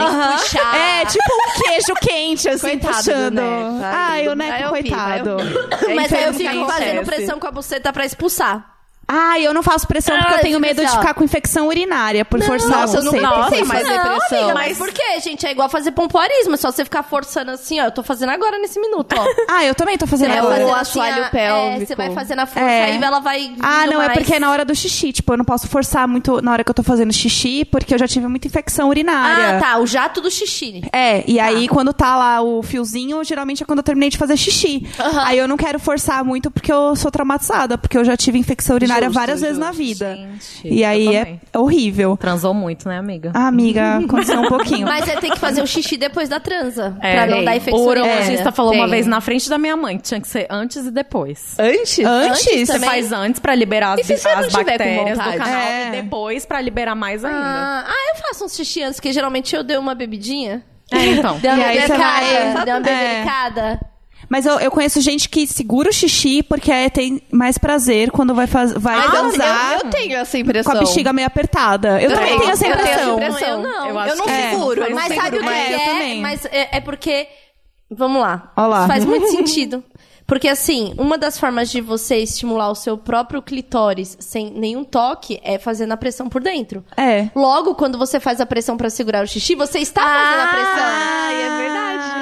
A: Aham.
C: puxar.
A: É, tipo um queijo quente, assim,
B: Coitado do
A: puxando.
B: Neco.
A: Ai, o
B: Aí
A: Neco,
B: eu vi, aí
A: coitado.
B: eu vi. É
C: Mas
B: isso
C: aí eu
B: que
C: fico
B: acontece.
C: fazendo pressão com a buceta pra expulsar.
A: Ai, eu não faço pressão porque
C: Ah,
A: eu tenho medo de
C: especial.
A: ficar com infecção urinária por forçar
B: nossa, eu
A: você.
B: nunca
A: Nossa,
B: pensei
A: mas...
B: Mas é pressão.
C: amiga,
B: Mas-
C: mas por quê, gente? É igual fazer pompoarismo, é só você ficar forçando assim, ó. Eu tô fazendo agora nesse minuto, ó.
A: Ah, eu também tô fazendo
B: É,
C: Vai
B: o
A: agora.
C: fazendo
B: assoalho
C: a-
B: pélvico.
C: É, você vai fazendo a força,
A: É.
C: aí ela vai...
A: Ah,
C: vindo
A: não, é
C: mais.
A: porque é na hora do xixi. Tipo, eu não posso forçar muito na hora que eu tô fazendo xixi, porque eu já tive muita infecção urinária.
C: Ah, tá, o jato do xixi.
A: É, e aí quando tá lá o fiozinho, geralmente é quando eu terminei de fazer xixi.
C: Aham.
A: Aí eu não quero forçar muito porque eu sou traumatizada, porque eu já tive infecção urinária
B: Justo,
A: várias vezes na
B: justo,
A: vida.
D: gente,
A: e
D: eu
A: aí é,
D: também.
A: é horrível.
D: Transou muito, né, amiga?
A: Ah, amiga, aconteceu um pouquinho.
C: Mas você tem que fazer o xixi depois da transa,
D: É,
C: pra não
D: tem.
C: dar infecção. É,
D: O
C: urinária.
D: urologista falou uma
B: Tem.
D: vez na frente da minha mãe que tinha que ser antes e depois.
B: Antes?
A: Antes?
D: Você
C: também?
D: faz antes pra liberar
B: E
D: as,
B: se você não
D: as
B: tiver com
D: bactérias do
B: vontade?
D: canal
A: É.
D: e depois pra liberar mais ainda.
C: Ah, ah, eu faço um xixi antes, que geralmente eu dei uma bebidinha.
D: É, então.
C: Deu uma
A: E aí você
C: bebericada.
A: vai-
C: Deu uma
A: É.
C: bebericada.
A: Mas eu, eu conheço gente que segura o xixi porque aí tem mais prazer quando vai, faz, vai
B: Mas eu-
A: dançar
B: Ah, eu, eu tenho essa impressão.
A: com a bexiga meio apertada. Eu,
B: Eu
A: também
B: tenho,
A: tenho essa
B: eu tenho essa
A: impressão.
B: impressão.
C: Eu não, eu,
D: Eu acho
C: não
D: que
A: é.
C: seguro.
A: Eu
C: mas
A: não
C: sabe
A: seguro,
C: o que
A: mas
C: é?
A: eu também.
C: Mas é, é porque... Vamos lá.
A: Ó lá.
C: Isso faz muito sentido. Porque, assim, uma das formas de você estimular o seu próprio clitóris sem nenhum toque é fazendo a pressão por dentro.
A: É.
C: Logo, quando você faz a pressão pra segurar o xixi, você está fazendo a pressão.
A: Ah, é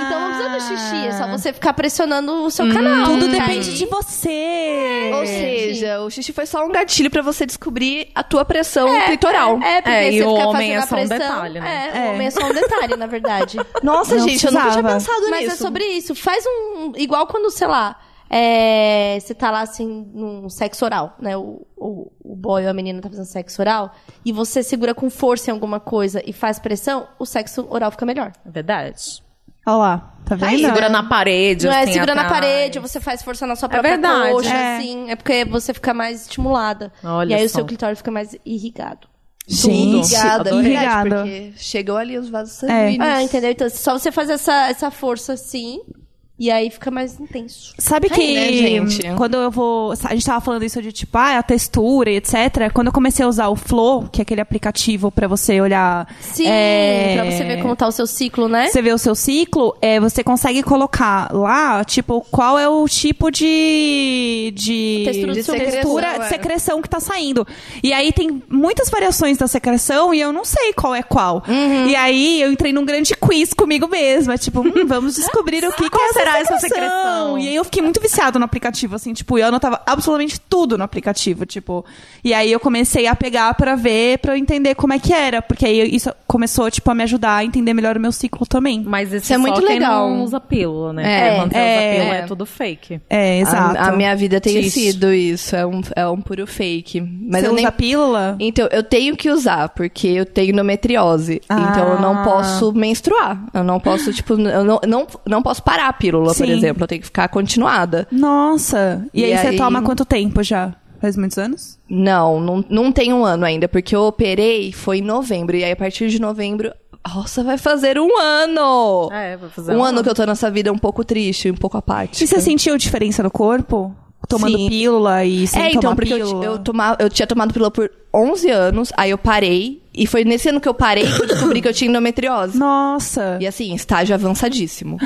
C: Então não precisa do xixi, é só você ficar pressionando o seu canal.
A: Tudo
C: Tá
A: depende
C: aí.
A: de você.
B: Ou seja, o xixi foi só um gatilho pra você descobrir a tua pressão clitoral.
C: É, porque
D: É,
C: você
D: e o
C: fica
D: homem
C: fazendo
D: é
C: a
D: só um
C: pressão.
D: detalhe, né?
C: É, o homem é só um detalhe, na verdade.
B: Nossa,
A: Não
B: gente, eu nunca tinha
A: precisava.
B: pensado
C: Mas
B: nisso.
C: é sobre isso. Faz um. Igual quando, sei lá. é, você tá lá assim, num sexo oral, né? O, o, o boy ou a menina tá fazendo sexo oral. E você segura com força em alguma coisa e faz pressão, o sexo oral fica melhor.
D: É verdade.
A: Olha lá, tá vendo?
D: Aí segura na parede,
C: Não é
D: assim,
C: segura na
D: atrás.
C: parede, você faz força na sua própria
D: verdade,
C: coxa,
A: é.
C: assim. É porque você fica mais estimulada.
D: Olha
C: e aí o
D: só.
C: seu clitóris fica mais irrigado.
A: Gente,
B: Obrigada,
A: adorei.
B: verdade,
A: Obrigada.
B: porque chegou ali os vasos
A: É.
B: sanguíneos.
C: Ah, entendeu? Então, só você fazer essa, essa força assim, e aí fica mais intenso.
A: Sabe
B: Aí,
A: que
B: né, gente?
A: quando eu vou. A gente tava falando isso de tipo, ah, a textura e etc. Quando eu comecei a usar o Flow, que é aquele aplicativo pra você olhar.
C: Sim,
A: é,
C: pra você ver como tá o seu ciclo, né?
A: Você vê o seu ciclo, é, você consegue colocar lá, tipo, qual é o tipo de. de
C: Textura
B: de
A: de
B: secreção,
A: textura
B: é.
A: de secreção que tá saindo. E aí tem muitas variações da secreção e eu não sei qual é qual.
B: Uhum.
A: E aí eu entrei num grande quiz comigo mesma. Tipo, hum, vamos descobrir o que, que é essa
D: será essa
A: secreção.
D: secreção?
A: E aí eu fiquei muito viciado no aplicativo, assim, tipo, eu anotava absolutamente tudo no aplicativo, tipo. E aí eu comecei a pegar pra ver, pra eu entender como é que era. Porque aí isso começou, tipo, a me ajudar a entender melhor o meu ciclo também.
D: Mas isso
B: Isso é muito legal.
D: Quem não usa pílula, né?
B: É,
D: É, quando você
A: é,
D: usa pílula é.
B: é.
D: tudo fake.
A: É, exato.
B: A, a minha vida tem
D: Triste.
B: sido isso. É um, é um puro fake. Mas
A: Você
B: eu
A: usa
B: nem.
A: pílula?
B: Então, eu tenho que usar, porque eu tenho endometriose.
A: Ah.
B: Então, eu não posso menstruar. Eu não posso, tipo, eu não, não, não posso parar a pílula, por
A: Sim.
B: exemplo. Eu tenho que ficar continuada.
A: Nossa! E,
B: E
A: aí,
B: aí-
A: você toma quanto tempo já? Faz muitos anos?
B: Não, não, não tem um ano ainda, porque eu operei foi em novembro. E aí, a partir de novembro, nossa, vai fazer um ano!
D: É, vou fazer
B: Um ano que eu tô nessa vida um pouco triste, um pouco apática.
A: E você sentiu diferença no corpo? Tomando
B: Sim.
A: pílula e sem
B: é, então,
A: tomar
B: porque eu,
A: pílula?
B: ti- eu, toma, eu tinha tomado pílula por 11 anos, aí eu parei. E foi nesse ano que eu parei que eu descobri que eu tinha endometriose.
A: Nossa!
B: E assim, estágio avançadíssimo.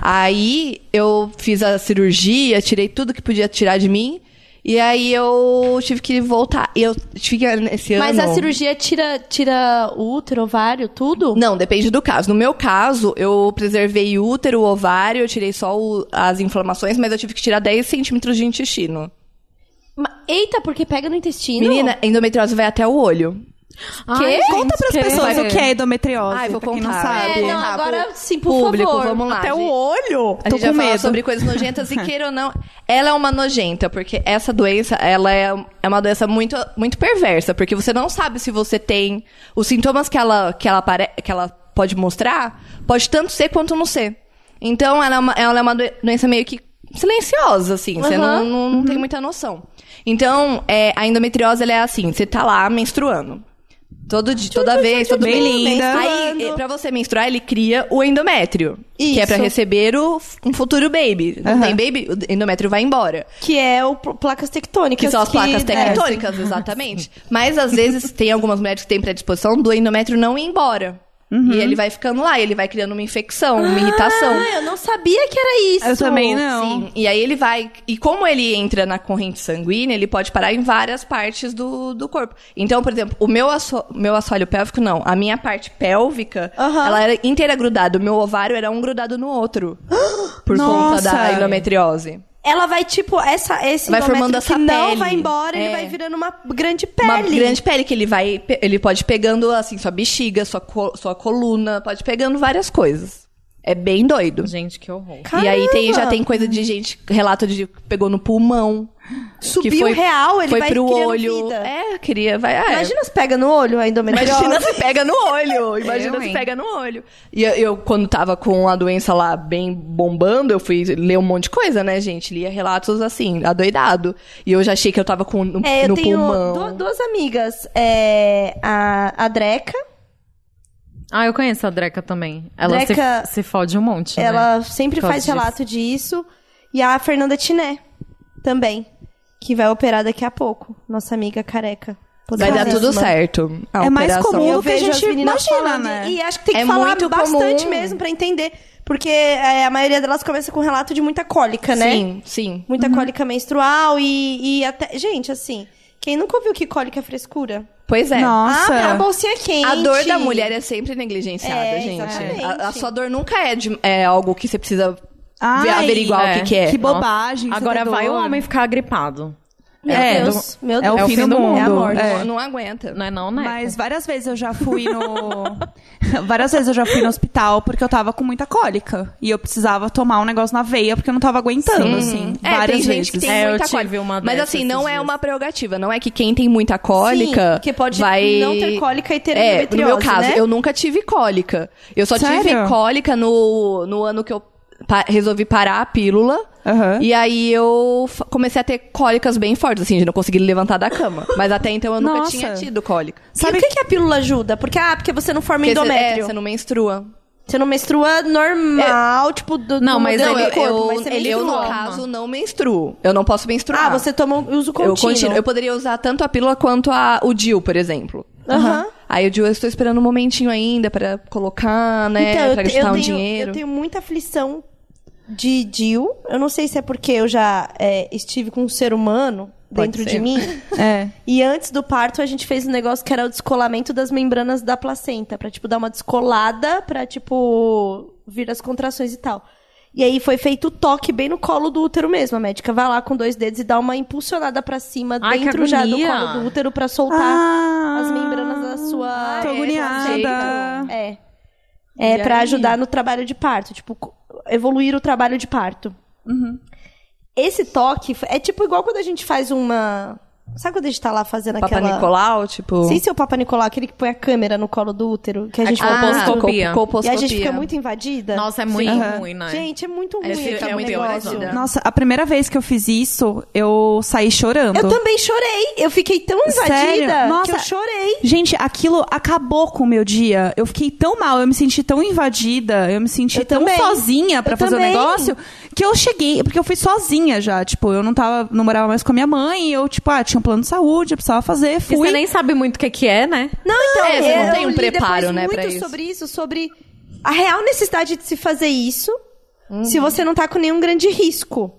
B: aí eu fiz a cirurgia, tirei tudo que podia tirar de mim. E aí eu tive que voltar. E eu tive que- nesse ano.
C: Mas a cirurgia tira, tira o útero, ovário, tudo?
B: Não, depende do caso. No meu caso, eu preservei o útero, o ovário, eu tirei só o- as inflamações, mas eu tive que tirar 10 centímetros de intestino.
C: Ma- Eita, porque pega no intestino?
B: Menina, endometriose vai até o olho.
D: Ai, gente,
A: Conta pras
D: que-
A: pessoas o que é endometriose.
B: Ai, vou
A: pra quem não
B: contar.
A: sabe.
C: É, não,
B: Tá,
C: agora
B: pro
C: sim, por
B: público,
C: favor.
B: vamos lá.
A: Até o
B: gente.
A: olho!
B: A
A: Tô
B: gente vai
A: com
B: falar
A: medo.
B: sobre coisas nojentas e queira ou não. Ela é uma nojenta, porque essa doença, ela é, é uma doença muito, muito perversa, porque você não sabe se você tem os sintomas que ela, que ela, apare- que ela pode mostrar, pode tanto ser quanto não ser. Então, ela é uma, ela é uma doen- doença meio que silenciosa, assim. Você não,
C: Aham. Uhum.
B: não, não tem muita noção. Então, é, a endometriose, ela é assim, você tá lá menstruando. Todo dia, toda vez, todo
A: Bem
B: mês.
A: linda.
B: Aí, eh, pra você menstruar, ele cria o endométrio. Que é pra
C: Isso.
B: receber o, um futuro baby. Não
A: Aham.
B: tem baby, o endométrio vai embora.
C: Que é o pl- placas tectônicas.
B: Que são as placas
C: né,
B: tectônicas,
A: É.
B: exatamente. Mas às vezes tem algumas mulheres que têm predisposição do endométrio não ir embora.
A: Uhum.
B: E ele vai ficando lá, ele vai criando uma infecção, uma irritação.
C: Ah, eu não sabia que era isso.
A: Eu também não.
B: é Sim, e aí ele vai. E como ele entra na corrente sanguínea, ele pode parar em várias partes do, do corpo. Então, por exemplo, o meu, aço, meu assoalho pélvico, não. A minha parte pélvica,
C: Aham.
B: ela era inteira grudada. O meu ovário era um grudado no outro. Por conta
A: Nossa!
B: da endometriose.
C: Ela vai, tipo, essa, esse
B: Vai
C: endométrio
B: formando essa
C: que não
B: pele.
C: vai embora, ele
B: É.
C: vai virando uma grande pele.
B: Uma grande pele que ele vai. pe- Ele pode pegando, assim, sua bexiga, sua, co- sua coluna, pode pegando várias coisas. É bem doido.
D: Gente, que horror.
B: E aí tem, já
C: Caramba!
B: tem coisa de gente, relato de que pegou no pulmão.
C: Subiu
B: que foi-
C: real, ele
B: foi
C: vai
B: pro
C: criando
B: olho.
C: vida.
B: É, queria, vai. é.
C: Imagina se pega no olho a endometriose.
B: Imagina se pega no olho. Imagina
D: Eu,
B: se
D: hein?
B: pega no olho. E eu, eu, quando tava com a doença lá bem bombando, eu fui ler um monte de coisa, né, gente? Lia relatos assim, adoidado. E eu já achei que eu tava com no,
C: É, eu
B: no
C: tenho
B: pulmão.
C: du- duas amigas. É, a, a Dreca,
D: Ah, eu conheço a Dreca também. Ela se-
C: Dreca-
D: se, fode um monte, né?
C: ela sempre
D: Por
C: faz
D: causa
C: relato disso. E a Fernanda Tiné, também. Que vai operar daqui a pouco. Nossa amiga careca.
B: Vai dar tudo
C: Poderosíssima.
B: certo. a
A: É mais
B: operação.
A: comum
C: Eu
A: do que a
C: vejo
A: gente
C: as meninas
A: imagina,
C: falando,
A: né?
C: E acho que tem que
B: É
C: falar
B: muito
C: bastante
B: comum.
C: mesmo pra entender. Porque é, a maioria delas começa com relato de muita cólica, né?
B: Sim, Uhum. sim.
C: Muita cólica menstrual e, e até. Gente, assim, quem nunca ouviu que cólica é frescura?
B: Pois é.
A: Nossa.
C: Ah, tá, a bolsinha quente.
B: A dor da mulher é sempre negligenciada,
C: É,
B: gente.
C: exatamente.
B: A, a sua dor nunca é, de- é algo que você precisa
A: Ai,
B: ver- averiguar o
D: é.
B: que, que é.
A: Que bobagem. você
D: Agora
A: tá
D: vai o
A: doido.
D: homem ficar gripado.
C: Meu
D: É,
C: Deus, meu
A: é o
C: Deus.
A: fim do mundo.
C: É a morte.
A: É.
B: Não, não aguenta.
D: Não é não, né?
A: Mas várias vezes eu já fui no. várias vezes eu já fui no hospital porque eu tava com muita cólica. E eu precisava tomar um negócio na veia porque eu não tava aguentando, assim.
B: É,
A: várias
B: tem
A: vezes.
B: gente que tem
D: Uhum. É, eu
B: muita
D: tive
B: cólica.
D: uma
B: Mas
D: dessas
B: assim, não
D: esses
B: é
D: dias.
B: uma prerrogativa. Não é que quem tem muita cólica.
C: Sim, que pode
B: vai...
C: não ter cólica e
B: É,
C: ter
B: no
C: endometriose,
B: meu caso,
C: né?
B: eu nunca tive cólica. Eu só
A: Sério?
B: tive cólica no, no ano que eu pa- resolvi parar a pílula.
A: Aham.
B: E aí eu fa- comecei a ter cólicas bem fortes, assim, de não conseguir levantar da cama. Mas até então eu nunca
A: Nossa.
B: tinha tido cólica.
C: Sabe o que, que a pílula ajuda? Porque, ah, porque você não forma
B: Porque cê-
C: endométrio.
B: é,
C: você,
B: Você
C: não...
B: não menstrua.
C: menstrua normal, tipo, do,
D: Não,
C: do
D: mas
C: modelo
D: eu-
C: do corpo, mas você
B: É. eu, eu, no
C: menstrua.
B: caso, não menstruo. Eu não posso menstruar.
C: Ah, você toma um uso contínuo.
B: Eu continuo. Eu poderia usar tanto a pílula quanto a, o DIU, por exemplo.
C: Aham.
B: Aí o DIU eu estou esperando um momentinho ainda pra colocar, né?
C: Então, eu,
B: pra
C: te-
B: gastar
C: eu
B: um
C: tenho,
B: dinheiro.
C: eu tenho muita aflição de DIU. Eu não sei se é porque eu já é, estive com um ser humano
B: Pode
C: dentro
B: ser.
C: de mim.
A: É.
C: E antes do parto, a gente fez um negócio que era o descolamento das membranas da placenta. Pra, tipo, dar uma descolada pra, tipo, vir as contrações e tal. E aí foi feito o toque bem no colo do útero mesmo. A médica vai lá com dois dedos e dá uma impulsionada pra cima
D: Ai, que
C: dentro já do
D: agonia.
C: colo do útero pra soltar
A: Ah,
C: as membranas da sua.
A: Tô
C: é,
A: agoniada.
C: conceito. É. É
B: E
C: pra
B: aí?
C: ajudar no trabalho de parto, tipo, co- evoluir o trabalho de parto. Uhum. Esse toque f- é tipo igual quando a gente faz uma. Sabe quando a gente tá lá fazendo
B: Papa
C: aquela.
B: Nicolau, tipo.
C: Sem ser o Papa Nicolau, aquele que põe a câmera no colo do útero, que a gente
D: Ah,
C: vai
D: colposcopia.
C: E a gente fica muito invadida.
D: Nossa, é muito
A: Aham.
D: ruim, né?
C: Gente, é muito ruim
D: Esse
C: aquele
D: é muito
C: negócio.
D: invadida.
A: Nossa, a primeira vez que eu fiz isso, eu saí chorando.
C: Eu também chorei. Eu fiquei tão invadida
A: Sério?
C: que
A: Nossa.
C: eu chorei.
A: Gente, aquilo acabou com o meu dia. Eu fiquei tão mal, eu me senti tão invadida, eu me senti
C: Eu
A: tão
C: também.
A: sozinha pra
C: Eu
A: fazer o
C: também.
A: negócio que eu cheguei, porque eu fui sozinha já, tipo, eu não tava, não morava mais com a minha mãe, e eu tipo, ah, tinha um plano de saúde, eu precisava fazer,
D: E
A: fui.
D: você nem sabe muito o que, que é, né?
C: Não, então,
B: É, você não
C: eu
B: tem um
C: li
B: preparo,
C: depois
B: né,
C: muito
B: pra isso.
C: sobre isso, sobre a real necessidade de se fazer isso
D: Uhum.
C: se você não tá com nenhum grande risco.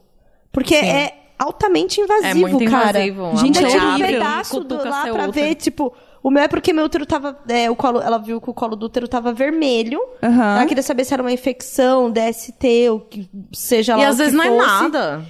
C: Porque é altamente invasivo,
D: É muito
C: cara.
D: invasivo, a
C: Gente, eu
A: mulher
C: tive um
A: abre,
C: pedaço do,
D: cutuca
C: lá
D: seu
C: pra
D: útero.
C: ver, tipo... O meu é porque meu útero tava... é, o colo, ela viu que o colo do útero tava vermelho.
A: Aham.
C: Ela queria saber se era uma infecção, DST, ou que seja lá
D: E
C: o
D: às
C: que
D: vezes não é
C: fosse.
D: nada.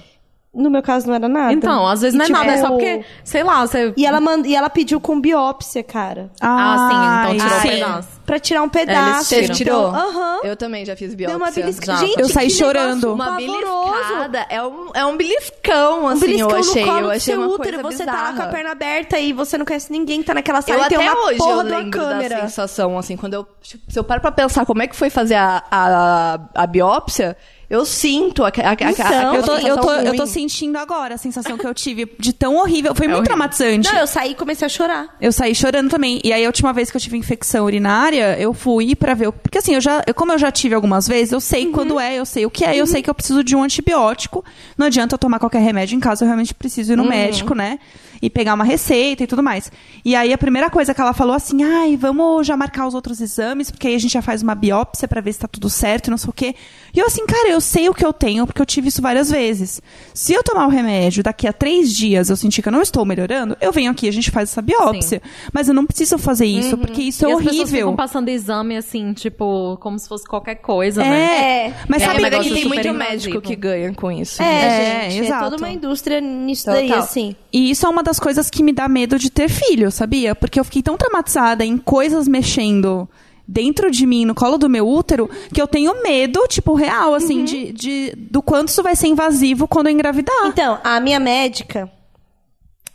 C: No meu caso não era nada.
D: Então, às vezes
C: E,
D: não é
C: tipo,
D: nada, é só porque, sei lá, você.
C: E ela, mand... e ela pediu com biópsia, cara.
D: Ah, sim, então
A: Ai,
D: tirou um
A: sim.
D: pedaço.
A: pra tirar um pedaço.
B: É, tiram. Tirou?
A: Aham.
B: Eu também já fiz biópsia.
C: Deu uma beliscada.
D: Já.
C: Gente,
A: Eu saí
C: que
A: chorando.
B: Uma
C: negócio pavoroso.
B: beliscada. É um, é um beliscão,
C: Um
B: assim,
C: beliscão
B: eu achei.
C: no colo
B: eu
C: do
B: achei
C: seu
B: uma
C: útero,
B: coisa
C: você
B: bizarra.
C: tá lá com a perna aberta e você não conhece ninguém que tá naquela sala
B: eu
C: e tem
B: até
C: uma
B: hoje eu
C: porra de uma
B: lembro da
C: câmera.
B: sensação, assim, quando eu... tipo, se eu paro pra pensar como é que foi fazer a, a, a biópsia, eu sinto a, a, a,
C: Então,
B: a,
A: Eu tô, eu, tô, eu tô
B: sentindo.
A: sentindo agora a sensação que eu tive de tão horrível. Foi muito
D: horrível.
A: traumatizante.
C: Não, eu saí e comecei a chorar.
A: Eu saí chorando também. E aí, a última vez que eu tive infecção urinária, eu fui pra ver. o- Porque assim, eu já, eu- como eu já tive algumas vezes, eu sei quando é, eu sei o que é, eu sei que eu preciso de um antibiótico. Não adianta eu tomar qualquer remédio em casa, eu realmente preciso ir no médico, né? E pegar uma receita e tudo mais. E aí, a primeira coisa que ela falou assim: ai, vamos já marcar os outros exames, porque aí a gente já faz uma biópsia pra ver se tá tudo certo e não sei o quê. E eu assim, cara, eu sei o que eu tenho, porque eu tive isso várias vezes. Se eu tomar o remédio daqui a três dias eu sentir que eu não estou melhorando, eu venho aqui, a gente faz essa biópsia. Mas eu não preciso fazer isso, porque isso é
D: Uhum. e as pessoas
A: horrível.
D: ficam passando exame, assim, tipo, como se fosse qualquer coisa, né?
A: É,
C: É.
A: mas
D: É,
A: sabe
B: mas é que
D: negócio
B: tem
D: super
B: muito
D: invasivo.
B: médico que ganha com isso. né?
C: É,
A: É,
C: gente,
A: exato.
C: é toda uma indústria nisso
B: Total.
C: daí, assim.
A: E isso é uma das coisas que me dá medo de ter filho, sabia? Porque eu fiquei tão traumatizada em coisas mexendo dentro de mim, no colo do meu útero, que eu tenho medo, tipo, real, assim, de, de- do quanto isso vai ser invasivo quando eu engravidar.
C: Então, a minha médica,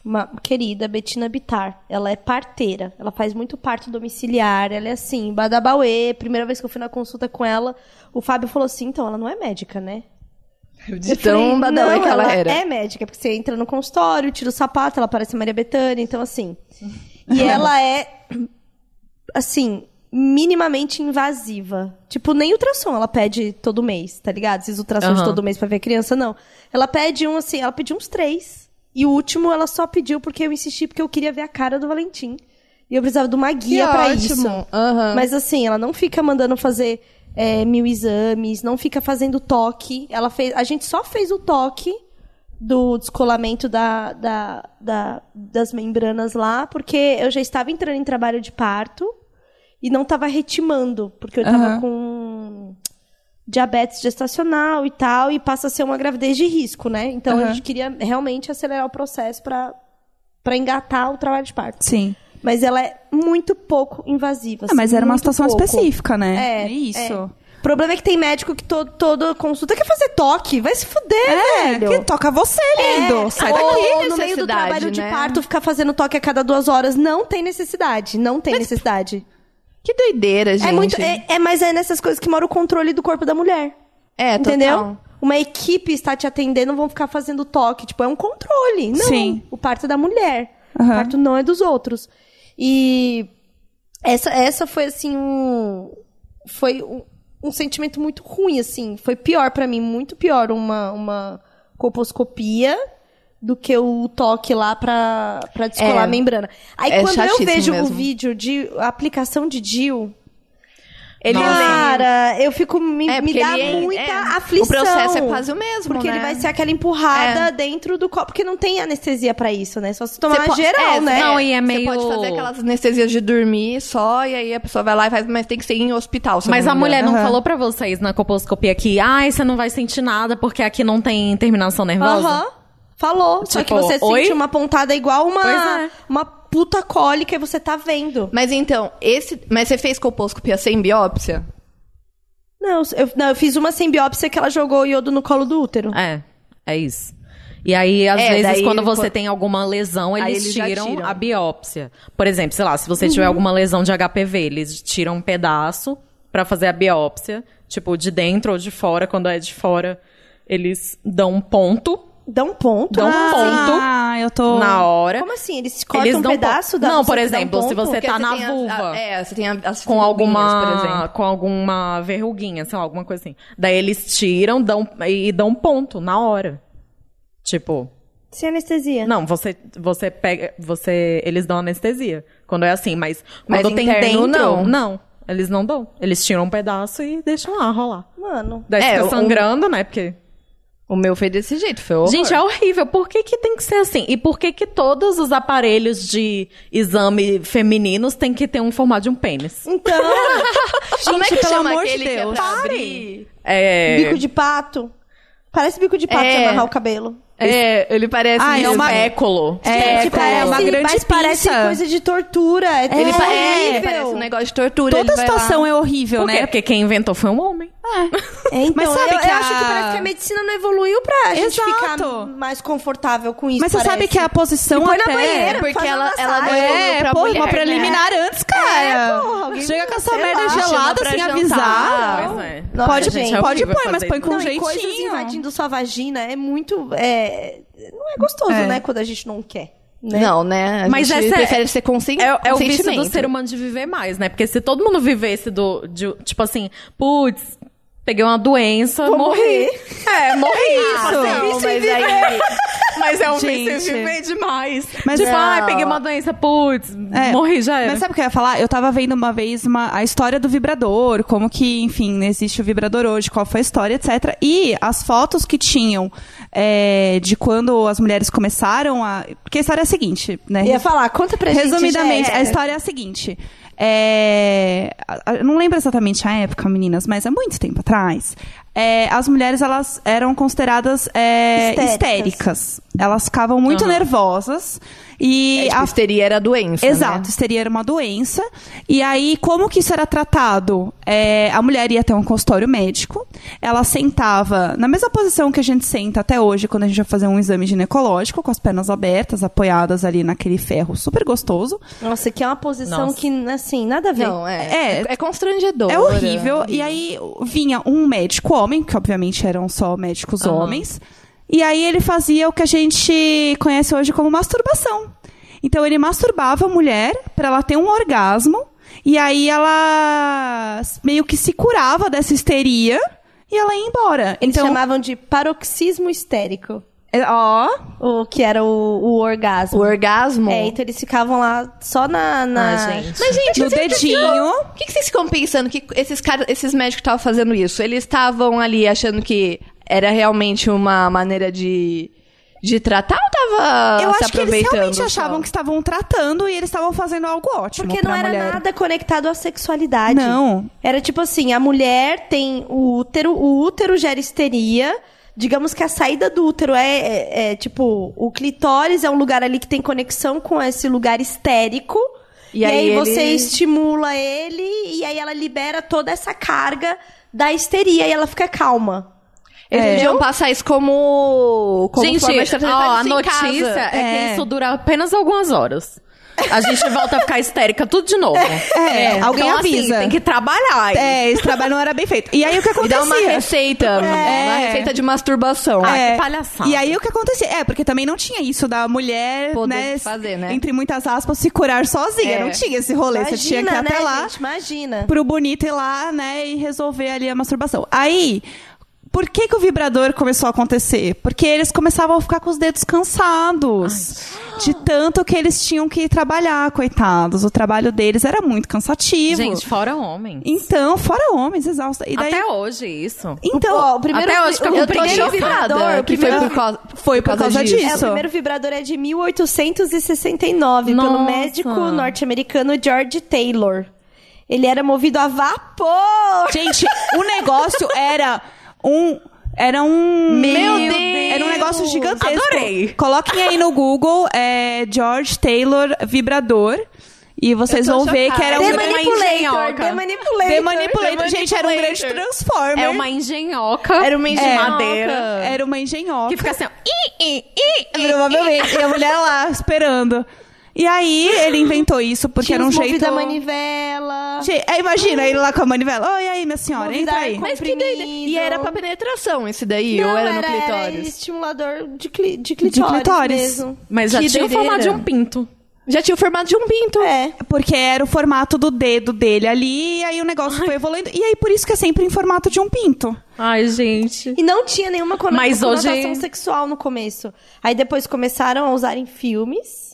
C: uma querida Betina Bitar, ela é parteira. Ela faz muito parto domiciliar. Ela é assim, badabauê. Primeira vez que eu fui na consulta com ela, o Fábio falou assim: então, ela não é médica, né?
B: De
C: Eu falei,
B: tão badalã
C: "Não,
B: que ela era.
C: É médica, porque você entra no consultório, tira o sapato, ela parece a Maria Bethânia, então assim. E ela é, assim, minimamente invasiva. Tipo, nem ultrassom ela pede todo mês, tá ligado? Esses ultrassons de
D: Aham.
C: todo mês pra ver criança, não. Ela pede um, assim, ela pediu uns três. E o último ela só pediu porque eu insisti, porque eu queria ver a cara do Valentim. E eu precisava de uma
B: é
C: guia pra isso.
B: Aham.
C: Mas assim, ela não fica mandando fazer é, mil exames, não fica fazendo toque. Ela fez, a gente só fez o toque do descolamento da, da- da- das membranas lá, porque eu já estava entrando em trabalho de parto e não estava retimando, porque eu estava
A: Aham.
C: com diabetes gestacional e tal, e passa a ser uma gravidez de risco, né? Então a
A: Aham.
C: gente queria realmente acelerar o processo para engatar o trabalho de parto.
A: Sim.
C: Mas ela é muito pouco invasiva.
A: Ah, mas
C: assim,
A: era uma
C: muito
A: situação
C: pouco.
A: específica, né?
C: É,
A: isso.
C: O problema é que tem médico que to- toda consulta quer fazer toque. Vai se fuder,
A: É,
C: velho.
A: que toca você, lindo. Sai
C: Ou
A: daqui.
C: no meio do
B: necessidade,
C: trabalho de
B: né?
C: parto ficar fazendo toque a cada duas horas. Não tem necessidade. Não tem necessidade.
B: Que doideira, gente.
C: É muito. É, é- mas é nessas coisas que mora o controle do corpo da mulher.
B: É, total.
C: entendeu? Uma equipe está te atendendo, vão ficar fazendo toque. Tipo, é um controle. Não.
A: Sim.
C: O parto é da mulher. O
A: Aham.
C: parto não é dos outros. E essa, essa foi assim um. Foi um, um sentimento muito ruim, assim. Foi pior pra mim, muito pior uma, uma coposcopia do que o toque lá pra, pra descolar
B: É.
C: a membrana. Aí
B: É
C: quando eu
B: chatíssimo
C: vejo o
B: mesmo.
C: vídeo de a aplicação de DIL,
B: Ele
C: cara, eu fico. Me,
B: É,
C: me
B: porque
C: dá
B: ele é-
C: muita
B: é.
C: aflição.
B: O processo é quase o mesmo,
C: Porque ele
B: né?
C: vai ser aquela empurrada dentro do copo, porque não tem anestesia pra isso, né? Só se tomar
B: Você po-
C: geral,
B: é,
C: né?
D: Não, e é meio-
B: Você pode fazer aquelas anestesias de dormir só, e aí a pessoa vai lá e faz, mas tem que ser em hospital. se eu
D: Mas
B: não
D: a
B: me
D: mulher
B: engano.
D: não
A: Aham.
D: falou pra vocês na coposcopia que, ai, você não vai sentir nada porque aqui não tem terminação nervosa?
C: Aham. Falou. Só que
D: Tipo,
C: você
D: oi?
C: sente uma pontada igual uma,
D: Pois é.
C: uma puta cólica e você tá vendo.
B: Mas então, esse. Mas você fez colposcopia sem biópsia?
C: Não eu, não, eu fiz uma sem biópsia que ela jogou o iodo no colo do útero.
D: É, é isso. E aí, às
B: É,
D: vezes,
B: daí
D: quando
B: ele-
D: você tem alguma lesão,
B: Aí
D: eles,
B: eles já
D: tiram,
B: tiram. Uhum.
D: a biópsia. Por exemplo, sei lá, se você tiver alguma lesão de HPV, eles tiram um pedaço pra fazer a biópsia. Tipo, de dentro ou de fora. Quando é de fora, eles dão um ponto
C: Dá um ponto.
D: Dá um
C: Ah,
D: ponto.
A: Ah, eu
B: Oh.
A: tô.
D: na hora.
C: Como assim? Eles cortam
D: Eles
C: um
D: dão um
C: pedaço
D: po-
C: da
D: Não,
C: só
D: por
C: que dá um
D: exemplo, se
C: ponto?
D: você
B: Porque
D: tá na
B: tem as-
D: vulva.
B: a- é, você tem a- as
D: com
B: fibrobinhas, por
D: alguma
B: exemplo.
D: com alguma verruguinha, sei lá, alguma coisa assim. Daí eles tiram, dão e dão um ponto na hora. Tipo,
C: Sem anestesia.
D: não, você você pega, você eles dão anestesia. Quando é assim, mas
B: Mas
D: quando tem
B: interno,
D: dentro,
B: não.
D: não, eles não dão. Eles tiram um pedaço e deixam lá rolar.
C: Mano.
D: Daí
B: É,
D: fica
B: o-
D: sangrando, né? Porque
B: O meu foi desse jeito, foi horror.
D: Gente, é horrível. Por que, que tem que ser assim? E por que que todos os aparelhos de exame femininos têm que ter um formato de um pênis?
C: Então,
B: Como é
A: gente,
B: que
A: pelo
B: chama
A: amor de
B: aquele que é
A: Deus.
B: pra
A: Pare.
B: abrir?
D: É...
C: bico de pato. Parece bico de pato
B: É.
C: de amarrar o cabelo.
B: É, ele parece
A: Ah, é
B: mesmo.
A: uma-
D: Espéculo.
A: É,
C: Gente,
A: é uma grande
C: mas parece
A: pinça.
C: coisa de tortura. É,
B: Ele pa- é,
C: horrível.
B: parece um negócio de tortura.
A: Toda
B: ele vai lá.
A: situação é horrível,
D: Por quê?
A: né?
D: Porque quem inventou foi um homem.
C: É, então,
A: Mas sabe
C: eu,
A: que
C: eu
A: a-
C: acho que parece que a medicina não evoluiu pra gente
A: Exato.
C: ficar mais confortável com isso.
A: Mas você sabe
C: parece.
A: que é a posição
C: E põe na
A: até...
C: banheira,
B: É porque
C: Faz
B: ela,
C: uma
B: ela
C: massagem.
B: evoluiu
A: É,
B: pra
A: pô,
B: mulher, né? É,
A: uma preliminar antes, cara.
C: alguém-
A: Chega com essa
C: sei
A: merda
C: lá,
B: né? Chama
A: gelada
B: pra
A: sem
B: jantar.
A: avisar.
D: Pois é.
C: Nossa,
A: pode
C: gente,
D: é
A: pode
D: horrível
A: pôr, mas
D: fazer
A: põe com
C: não,
A: um
C: e coisas
A: jeitinho.
C: invadindo sua vagina é muito. É, não é gostoso,
A: É.
C: né? Quando a gente não quer. Né?
B: Não, né? A
D: Mas
B: gente
D: essa é-
B: prefere ser consciente.
D: É, é o vício do ser humano de viver mais, né? Porque se todo mundo vivesse do. de- tipo assim, putz, peguei uma doença,
C: Vou
D: morri.
C: morrer.
D: É, morri.
C: Não,
D: isso.
C: mas aí-
B: tipo,
D: Mas é um
A: Gente.
D: vício de viver demais.
A: Mas
D: tipo,
A: não.
D: ai, peguei uma doença, putz,
A: É,
D: morri, já era.
A: Mas sabe o que eu ia falar? Eu tava vendo uma vez uma, a história do vibrador, como que, enfim, existe o vibrador hoje, qual foi a história, etc. E as fotos que tinham é, de quando as mulheres começaram a. Porque a história é a seguinte, né?
C: Ia falar, conta pra
A: Resumidamente,
C: gente.
A: a história é a seguinte. É, a- a- eu não lembro exatamente a época, meninas, mas há muito tempo atrás, é, as mulheres elas eram consideradas é,
C: Histéricas.
A: histéricas. Elas ficavam muito
D: Aham.
A: nervosas e
B: É, tipo,
A: a
B: histeria era doença.
A: Ah. Exato,
B: né?
A: histeria era uma doença. E aí, como que isso era tratado? É, a mulher ia até um consultório médico, ela sentava na mesma posição que a gente senta até hoje quando a gente vai fazer um exame ginecológico, com as pernas abertas, apoiadas ali naquele ferro super gostoso.
C: Nossa, que é uma posição
D: Nossa.
C: que, assim, nada a ver.
B: Não, é.
A: É.
B: É, é constrangedor.
A: É horrível. E aí vinha um médico homem, que obviamente eram só médicos
D: Aham.
A: homens, e aí ele fazia o que a gente conhece hoje como masturbação. Então ele masturbava a mulher pra ela ter um orgasmo, e aí ela s- meio que se curava dessa histeria e ela ia embora.
C: Eles
A: então,
C: chamavam de paroxismo histérico.
A: é, ó,
C: O que era o, o
B: O
C: orgasmo.
B: orgasmo.
C: É, então eles ficavam lá só na. na...
D: Ah, gente.
B: Mas, gente,
A: no dedinho.
B: "Oh, O que, que vocês ficam pensando que esses caras, esses médicos estavam fazendo isso? Eles estavam ali achando que era realmente uma maneira de, de tratar ou tava
A: Eu
B: se
A: acho que eles
B: aproveitando?
A: realmente
B: só?
A: achavam que estavam tratando e eles estavam fazendo algo ótimo.
C: Porque
A: pra
C: não era
A: mulher.
C: nada conectado à sexualidade.
A: Não.
C: Era tipo assim, a mulher tem o útero, o útero gera histeria. Digamos que a saída do útero é, é- é, tipo, o clitóris é um lugar ali que tem conexão com esse lugar histérico.
B: E
C: E, aí,
B: aí ele-
C: você estimula ele e aí ela libera toda essa carga da histeria e ela fica calma.
B: Eles
A: É.
B: podiam passar isso como, como
D: Gente,
B: forma de
D: ó,
B: tratar
D: a
B: isso em
D: notícia
B: casa.
D: é,
A: É.
D: que isso dura apenas algumas horas. A gente volta a ficar histérica tudo de novo.
A: É, alguém
D: então, assim,
A: avisa.
D: tem que trabalhar. aí.
A: É, esse trabalho não era bem feito. E aí o que
B: E
A: acontecia?
B: dá uma receita, uma receita de masturbação.
D: Ah,
A: É.
D: que palhaçada.
A: E aí o que acontecia? É, porque também não tinha isso da mulher,
B: Poder
A: né,
B: fazer, né?
A: Entre muitas aspas, se curar sozinha.
B: É.
A: Não tinha esse rolê. Você tinha que ir
C: né,
A: até lá
C: gente? Imagina.
A: pro bonito ir lá, né, e resolver ali a masturbação. Aí. Por que, que o vibrador começou a acontecer? Porque eles começavam a ficar com os dedos cansados. De tanto que eles tinham que ir trabalhar, coitados. O trabalho deles era muito cansativo.
D: Gente, fora homem.
A: Então, fora homens, exaustos. É. E daí-
D: Até hoje, isso.
A: Então,
C: Ó, o primeiro,
D: até hoje fica
C: o
D: com
C: primeiro
D: preguiça.
C: vibrador, o
B: que foi
C: primeiro
B: por causa,
A: foi por causa disso.
C: É, o primeiro vibrador é de 1869,
D: Nossa.
C: pelo médico norte-americano George Taylor. Ele era movido a vapor!
A: Gente, o negócio era um. Era um.
D: Meu Deus!
A: Era um negócio gigantesco.
D: Adorei.
A: Coloquem aí no Google é, George Taylor vibrador. E vocês
B: Eu tô
A: vão ver
B: chocada.
A: que era
C: The
A: um.
D: Dema-
C: Manipulator!
D: engenhoca.
C: The Manipulator!
A: The Manipulator. Gente, era um grande
D: Manipulator.
A: Transformer.
D: É uma engenhoca.
B: Era uma
D: de
B: engenhoca.
D: madeira.
A: Era uma engenhoca.
D: Que fica assim, ó. "Ih, ih, ih, ih".
A: Provavelmente. E a mulher lá, esperando. E aí, ele inventou isso porque
C: Tinha
A: era um
C: uns
A: jeito.
C: movido a manivela.
A: Ge- É, imagina ele lá com a manivela. Oi, aí, minha senhora,
C: Movido
A: entra
C: a
A: aí.
C: ar
B: Mas que doido. E
C: comprimido.
B: era pra penetração esse daí?
C: Não,
B: ou era, no
C: era,
B: clitóris?
C: estimulador de, cli, de clitóris,
A: clitóris.
C: mesmo.
D: Mas já
B: Que
D: tinha o formato de
B: doideira.
D: um pinto.
B: Já tinha o formato de um pinto.
C: É.
A: Porque era o formato do dedo dele ali, e aí o negócio foi evoluindo. E aí, por isso que é sempre em formato de um pinto.
D: Ai, gente.
C: E não tinha nenhuma cono-
D: Mas hoje-
C: conotação sexual no começo. Aí depois começaram a usar em filmes.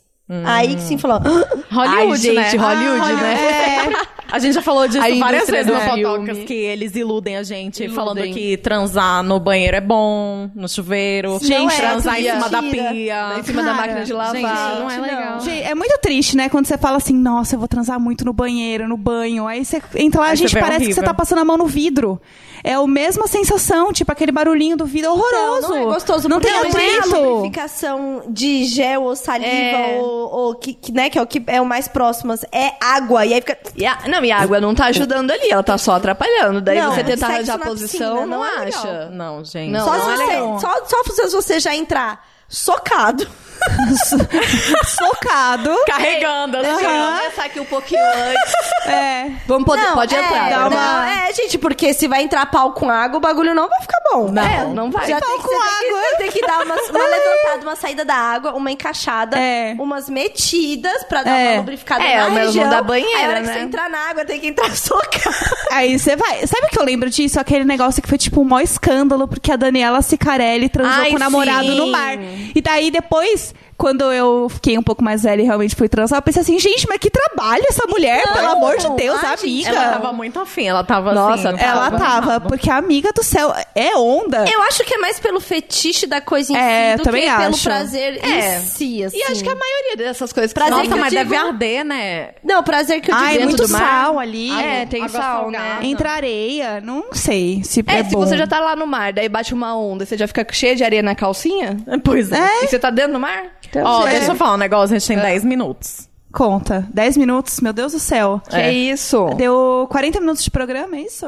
C: Aí que sim falou. "Ah,
D: Hollywood,
B: Ai, gente,
D: né?
B: Hollywood,
D: Ai,
B: né?
D: A gente já falou disso
B: A
D: várias
B: indústria
D: vezes
B: do
D: no
B: filme.
D: Fotocas, que eles iludem a gente,
B: Iludem.
D: falando que transar no banheiro é bom, no chuveiro,
C: Gente,
D: transar em
C: mentira.
D: cima da pia.
B: Em cima da máquina de lavar.
D: Ah, Gente, não é
C: Gente,
D: legal.
C: não.
A: Gente, é muito triste, né? Quando você fala assim, nossa, eu vou transar muito no banheiro, no banho. Aí você entra lá,
D: Aí
A: a gente
D: você vê é
A: parece que
D: horrível.
A: você tá passando a mão no vidro. É a mesma sensação, tipo aquele barulhinho do vidro
D: Então,
A: horroroso.
C: Não, não é gostoso.
A: Não
C: porque
D: um
A: tem
C: não é a
A: atrito.
C: lubrificação de gel ou saliva
B: É.
E: assim,
C: ou, ou que, que, né, que é o que é o mais próximo. É água. E aí fica.
B: E a- não, e a água não tá ajudando ali, ela tá só atrapalhando. Daí
E: Não,
B: você tentar
E: sexo
B: arranjar a
E: na
B: posição,
E: piscina
B: não,
E: não é legal.
B: acha.
D: Não, gente.
B: Não.
E: Só,
B: é
E: se
B: legal.
E: você, só, só se você já entrar socado.
A: Socado.
D: Carregando, assim.
B: Deixa eu
A: Aham.
B: começar aqui um pouquinho antes.
A: É.
B: Vamos poder,
E: Não,
B: pode
E: é,
B: entrar.
E: Não,
A: dá uma-
E: é, gente, porque se vai entrar pau com água, o bagulho não vai ficar bom.
B: Não. É, não vai.
E: Já
A: Pau
E: tem que,
A: com
E: você tem que-
A: água.
E: você Tem que, dar uma, uma levantada, uma saída da água, uma encaixada,
A: É.
E: umas metidas pra dar
A: É.
E: uma lubrificada
B: É,
E: na
B: mas não
E: região.
B: dá banheira,
E: Aí a hora
B: né?
E: que você entrar na água, tem que entrar socado.
A: Aí você vai. Sabe o que eu lembro disso? Aquele negócio que foi tipo um maior escândalo, porque a Daniela Cicarelli transou
B: Ai,
A: com o namorado
B: sim.
A: no mar. E daí depois, quando eu fiquei um pouco mais velha e realmente fui transar, eu pensei assim, gente, mas que trabalho essa mulher,
B: Então,
A: pelo amor de Deus,
E: Ai, gente,
A: amiga.
D: Ela
B: assim,
D: tava muito afim, ela tava
B: Nossa,
D: assim.
A: Ela
D: tava.
A: tava, porque a amiga do céu é onda.
C: Eu acho que é mais pelo fetiche da coisa em
A: É,
C: si do
A: eu também
C: que pelo
A: acho.
C: prazer
B: É.
C: em si, assim.
B: E acho que a maioria dessas coisas
C: Prazer
B: Nossa,
C: que eu
D: mas é
C: digo-
D: deve arder, né?
C: Não, prazer que eu
A: Ai,
C: digo.
A: muito
B: do mar.
A: sal ali.
B: É, tem
D: água
B: sal,
D: salgada.
B: né?
A: Entra areia, não sei se é,
B: É, se
A: bom.
B: você já tá lá no mar, daí bate uma onda, você já fica cheia de areia na calcinha?
D: Pois é.
B: E você tá dentro do mar?
D: Ó,
A: é.
D: deixa eu falar um negócio, a gente tem 10 minutos.
A: Conta. 10 minutos, meu Deus do céu.
B: Que isso?
A: Deu 40 minutos de programa, é isso?